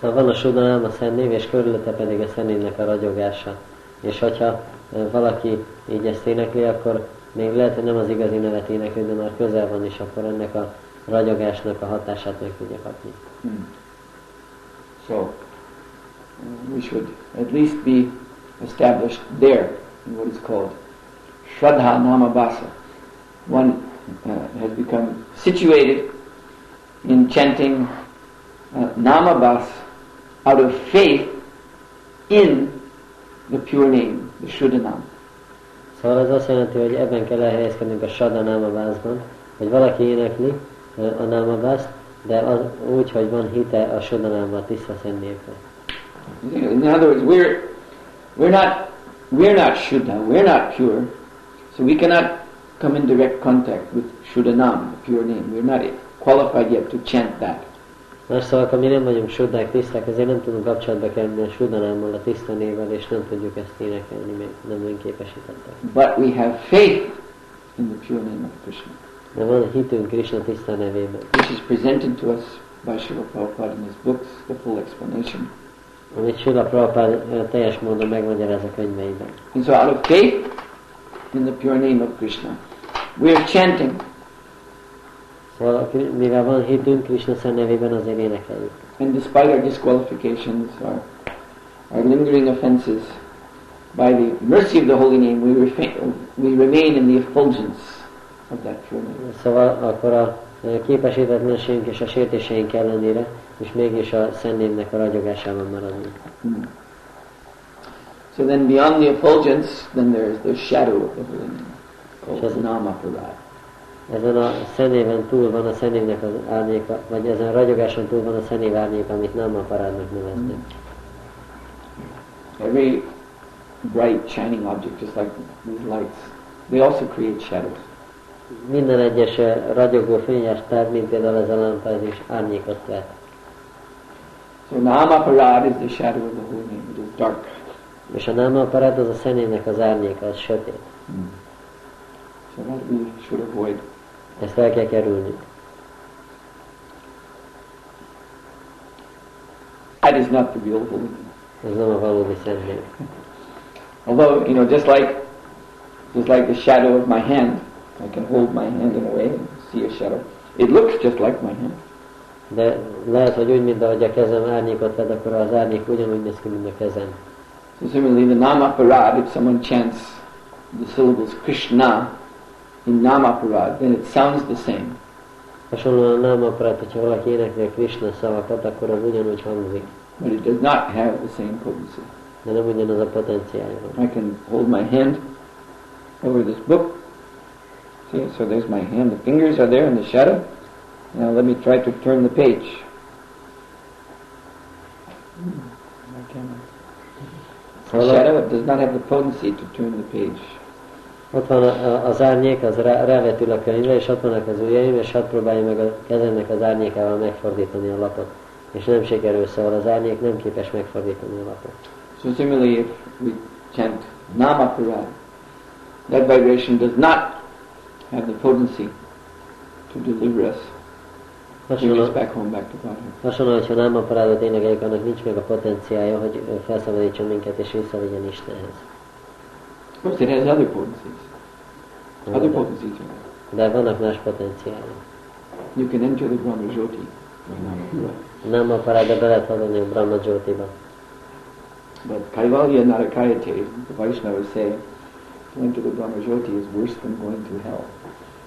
[SPEAKER 1] Szóval van a Sudanám a szent név, és körülötte pedig a szennének a ragyogása. És hogyha ö, valaki így ezt énekli, akkor még lehet, hogy nem az igazi nevet énekli, de már közel van, és akkor ennek a ragyogásnak a hatását meg tudja kapni.
[SPEAKER 2] Hmm. So, uh, we should at least be established there in what is called Shraddha Namabasa. One uh, has become situated in chanting uh, Namabas out of faith in the pure name, the Shuddha Nama.
[SPEAKER 1] Szóval ez azt jelenti, hogy ebben kell elhelyezkednünk a Sada Námabászban, hogy valaki énekli ö, a Námabászt, de az úgy, hogy van hite a Sada Námba tiszta szent névben.
[SPEAKER 2] In other words, we're we're not we're not Shuddha, we're not pure, so we cannot come in direct contact with Shuddha Nam, the pure name. We're not qualified yet to chant that.
[SPEAKER 1] Más szóval, ha mi nem vagyunk suddák, tiszták, ezért nem tudunk kapcsolatba kerülni a sudanámmal, a tiszta névvel, és nem tudjuk ezt énekelni, még nem önképesítettek.
[SPEAKER 2] But we have faith in the pure name of Krishna,
[SPEAKER 1] De van hitünk Krishna tiszta nevében,
[SPEAKER 2] which is presented to us by Srila Prabhupada in his books, the full explanation.
[SPEAKER 1] amit Sula Prabhupád ö, teljes módon megmagyaráz a könyveiben.
[SPEAKER 2] And so out of faith in the pure name of Krishna, we are chanting,
[SPEAKER 1] Szóval, a Kri- mivel van hitünk Krishna szent nevében, azért énekeljük.
[SPEAKER 2] and despite our disqualifications, our, our lingering offenses, by the mercy of the holy name, we, refa- we remain in the effulgence of that pure name.
[SPEAKER 1] Szóval akkor a ö, képesítetlenségünk és a sértéseink ellenére, és mégis a szent névnek a ragyogásában maradunk.
[SPEAKER 2] Mm. So then beyond the effulgence, then there is the shadow of the holy name, called
[SPEAKER 1] Shadow.
[SPEAKER 2] Nama Parad.
[SPEAKER 1] Ezen a szenéven túl van a szenévnek az árnyéka, vagy ezen a ragyogáson túl van a szenév árnyéka, amit nem a parádnak neveznek.
[SPEAKER 2] Every bright, shining object, just like these lights, they also create shadows.
[SPEAKER 1] Minden egyes eh, ragyogó fényes tárgy, mint például ez a lámpa, ez is árnyékot vet.
[SPEAKER 2] So Nama Parad is the shadow of the holy name. It is dark.
[SPEAKER 1] És a náma parád az a szenévnek az árnyéka, az sötét.
[SPEAKER 2] Hmm. So that we should avoid.
[SPEAKER 1] Ezt el kell kerülnünk.
[SPEAKER 2] That is not the real holy name.
[SPEAKER 1] Ez nem a valódi szennév.
[SPEAKER 2] Although, you know, just like just like the shadow of my hand, I can hold my hand in a way and see a shadow. It looks just like my hand.
[SPEAKER 1] De lehet, hogy úgy, mint ahogy a kezem árnyékot vet, akkor az árnyék ugyanúgy néz ki, mint a kezem.
[SPEAKER 2] So similarly, the Namaparad, if someone chants the syllables Krishna in Namaparad, then it sounds the same.
[SPEAKER 1] Hasonlóan a náma parád, hogyha valaki énekli a Krishna szavakat, akkor az ugyanúgy hangzik,
[SPEAKER 2] But it does not have the same potency.
[SPEAKER 1] de nem ugyanaz a potenciálja van.
[SPEAKER 2] I can hold my hand over this book. See, so there's my hand. The fingers are there in the shadow. Now let me try to turn the page. Hmm, I can- The
[SPEAKER 1] Hello.
[SPEAKER 2] shadow it does not have the potency to turn the page.
[SPEAKER 1] Ott van a- a- az árnyék, az rá, rávetül a könyvre, és ott vannak az ujjaim, és hadd próbálja meg a kezemnek az árnyékával megfordítani a lapot. És nem sikerül, szóval az árnyék nem képes megfordítani a lapot.
[SPEAKER 2] So similarly, if we chant Namaparad, that vibration does not have the potency to deliver us, bring us
[SPEAKER 1] Hasonló,
[SPEAKER 2] back home, back to Godhead.
[SPEAKER 1] hasonló hogyha nem a parádot énekeljük, annak nincs meg a potenciája, hogy ö, felszabadítson minket és visszavigyen Istenhez.
[SPEAKER 2] Of course, it has other potencies. Other
[SPEAKER 1] De,
[SPEAKER 2] potencies. are there.
[SPEAKER 1] de vannak más potenciálok.
[SPEAKER 2] You can enter the Brahma Jyoti by Namaparad.
[SPEAKER 1] Nem akar ebbe beletanulni a Brahma Jyotiba.
[SPEAKER 2] But Kaivalya Narakayate, the Vaishnavas say, going to the Brahmajyoti is worse than going to hell.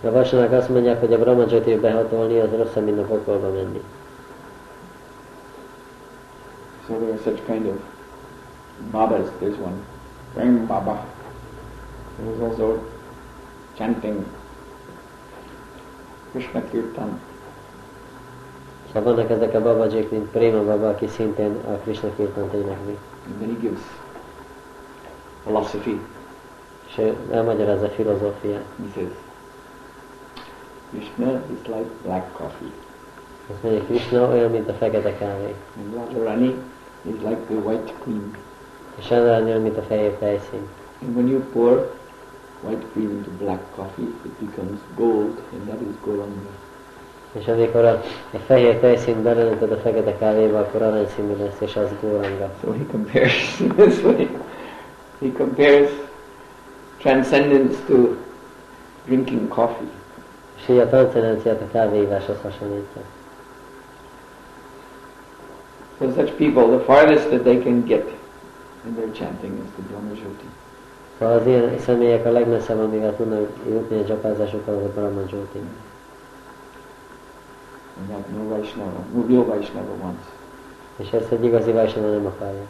[SPEAKER 1] A vasnak azt mondják, hogy a Brahma Jyotiba behatolni az rosszabb, mint a pokolba menni.
[SPEAKER 2] So there are such kind of babas. There's one, Bang Baba. There was also chanting Krishna Kirtan.
[SPEAKER 1] És ha vannak ezek a babajék, mint Préma Baba, aki szintén a Krishna Kirtant énekli.
[SPEAKER 2] And then he gives philosophy.
[SPEAKER 1] És ő elmagyarázza a filozófiát.
[SPEAKER 2] He says, Krishna is like black coffee,
[SPEAKER 1] Azt mondja, Krishna olyan, mint a fekete kávé.
[SPEAKER 2] and Radharani is like the white cream.
[SPEAKER 1] És Radharani olyan, mint a fehér tejszín.
[SPEAKER 2] And when you pour white cream into black coffee, it becomes gold, and that is Goranga.
[SPEAKER 1] És amikor a, a fehér tejszín beleöntöd a fekete kávéba, akkor aranyszínű lesz, és az góranga.
[SPEAKER 2] So he compares (laughs) this way. He compares transcendence to drinking coffee.
[SPEAKER 1] És így a transzendenciát a kávéíváshoz hasonlítja.
[SPEAKER 2] So such people, the farthest that they can get in their chanting is the Brahmajyoti.
[SPEAKER 1] Szóval az ilyen személyek a legmesszebb, amivel tudnak jutni a csapázásukkal, az a Brahma Jyoti.
[SPEAKER 2] And that no Vaishnava, no real Vaishnava (laughs) wants.
[SPEAKER 1] És ezt egy igazi Vaishnava nem akarja.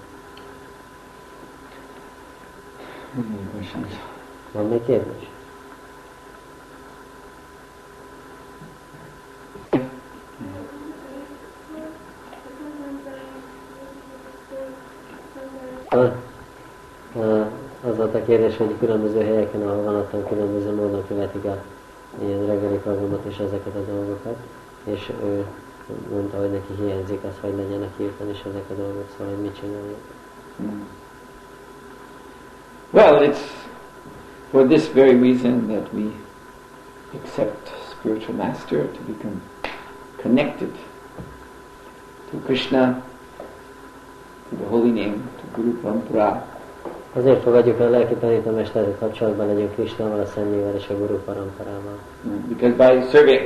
[SPEAKER 1] Van még kérdés? A- a- Az volt a kérdés, hogy különböző helyeken, ahol vannak, különböző módon követik a ilyen reggeli programot és ezeket a dolgokat. És ő mondta, hogy neki hiányzik az, hogy legyenek hirtelen is ezek a dolgok, szóval hogy mit csináljuk.
[SPEAKER 2] Mm. Well, it's for this very reason that we accept spiritual master to become connected to Krishna, to the holy name, to Guru Parampara,
[SPEAKER 1] Azért fogadjuk el a lelki tanítómester, hogy kapcsolatban legyünk Krishnával, a szemével és a guru paramparával.
[SPEAKER 2] Mm, because by serving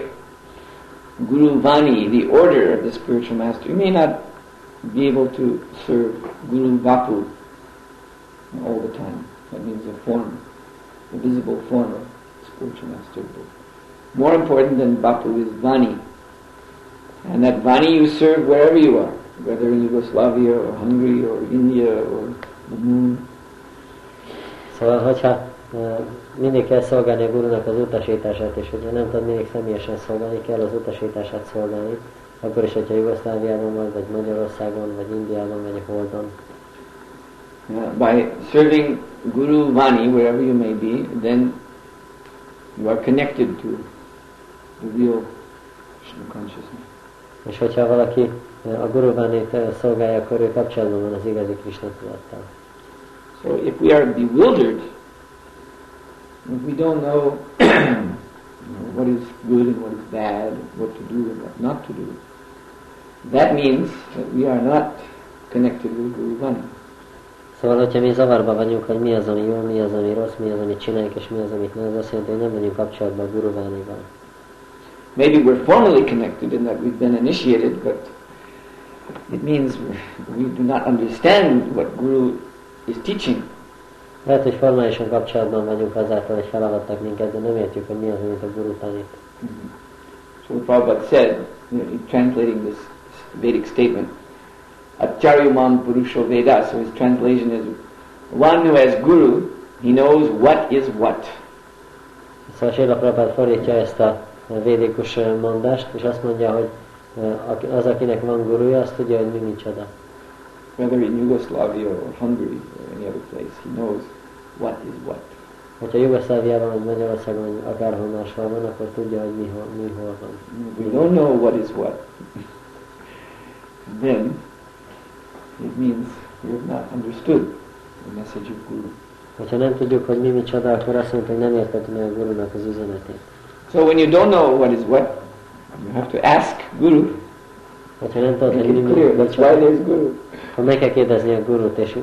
[SPEAKER 2] Guru Vani, the order of the spiritual master, you may not be able to serve Guru Vapu all the time. That means the form, the visible form of spiritual master. But more important than Vapu is Vani. And that Vani you serve wherever you are, whether in Yugoslavia or Hungary or India or the moon.
[SPEAKER 1] Szóval, hogyha ö, mindig kell szolgálni a gurunak az utasítását, és hogyha nem tud mindig személyesen szolgálni, kell az utasítását szolgálni, akkor is, hogyha Jugoszláviában vagy, vagy Magyarországon, vagy Indiában, vagy a Holdon.
[SPEAKER 2] Uh, by serving Guru Vani, wherever you may be, then you are connected to the real Krishna consciousness.
[SPEAKER 1] És hogyha valaki ö, a guruvánét ö, szolgálja, akkor ő kapcsolatban van az igazi Krishna tudattal.
[SPEAKER 2] So if we are bewildered, if we don't know (clears throat) you know, what is good and what is bad, what to do and what not to do, that means that we are not connected with Guru Vani.
[SPEAKER 1] Szóval, hogyha mi zavarba vagyunk, hogy mi az, ami jó, mi az, ami rossz, mi az, amit csináljuk, és mi az, amit nem, az azt jelenti, hogy nem vagyunk kapcsolatban a guruvánival.
[SPEAKER 2] Maybe we're formally connected in that we've been initiated, but it means we do not understand what Guru is teaching.
[SPEAKER 1] Lehet, hogy formálisan kapcsolatban vagyunk azáltal, hogy felavattak minket, de nem értjük, hogy mi az, amit a guru tanít.
[SPEAKER 2] So Prabhupada said, you know, in translating this Vedic statement, Acharyaman Purusho Veda, so his translation is, one who has Guru, he knows what is what.
[SPEAKER 1] Szóval Srila Prabhupada fordítja ezt a védikus ö, mondást, és azt mondja, hogy ö, aki- az, akinek van gurúja, azt tudja, hogy mi micsoda.
[SPEAKER 2] Whether in Yugoslavia or Hungary or any other place, he knows what is what.
[SPEAKER 1] Hogyha Jugoszláviában, vagy Magyarországon, vagy akárhol máshol van, akkor tudja, hogy mi hol, mi hol van.
[SPEAKER 2] If we don't know what is what, then it means we have not understood the message of Guru.
[SPEAKER 1] Hogyha nem tudjuk, hogy mi micsoda, akkor azt mondjuk, hogy nem értettük meg a gurunak az üzenetét.
[SPEAKER 2] So when you don't know what is what, you have to ask Guru.
[SPEAKER 1] Hogyha nem tudod,
[SPEAKER 2] Make
[SPEAKER 1] hogy mi
[SPEAKER 2] it clear. That's why
[SPEAKER 1] micsoda,
[SPEAKER 2] there's Guru.
[SPEAKER 1] akkor meg kell kérdezni a gurut, és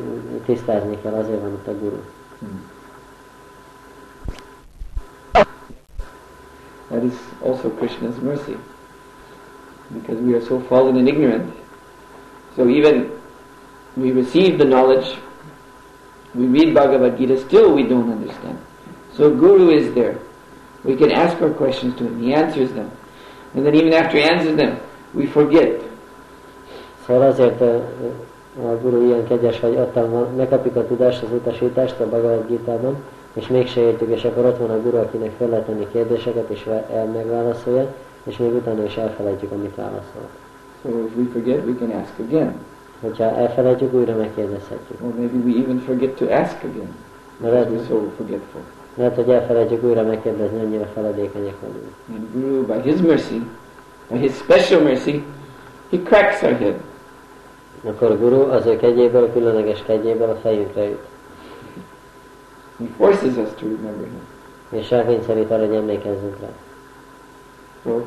[SPEAKER 1] tisztázni kell, azért van ott a guru.
[SPEAKER 2] That is also Krishna's mercy. Because we are so fallen and ignorant So even we receive the knowledge, we read Bhagavad Gita, still we don't understand. So Guru is there. We can ask our questions to him. He answers them. And then even after he answers them, we forget.
[SPEAKER 1] Szóval azért ö, ö, a guru ilyen kegyes, hogy ottan van, megkapjuk a tudást, az utasítást a Bhagavad Gita-ban, és mégse értjük, és akkor ott van a guru, akinek fel lehet tenni kérdéseket, és ve- el- megválaszolja, és még utána is elfelejtjük, amit válaszolt.
[SPEAKER 2] So if we forget, we can ask again.
[SPEAKER 1] Hogyha elfelejtjük, újra megkérdezhetjük.
[SPEAKER 2] Or maybe we even forget to ask again. Because
[SPEAKER 1] Lehet,
[SPEAKER 2] we're so forgetful.
[SPEAKER 1] lehet, hogy elfelejtjük újra megkérdezni, annyira feledékenyek vagyunk.
[SPEAKER 2] And Guru, by his mercy, by his special mercy, he cracks our head.
[SPEAKER 1] Akkor guru az ő kegyéből, a különleges kegyéből a fejünkre üt,
[SPEAKER 2] He forces us to remember him.
[SPEAKER 1] és elkényszerít arra, hogy emlékezzünk rá.
[SPEAKER 2] So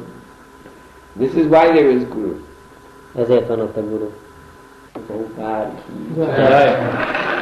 [SPEAKER 2] this is why there is Guru.
[SPEAKER 1] Ezért van ott a guru.
[SPEAKER 2] So God, he
[SPEAKER 3] Jaj.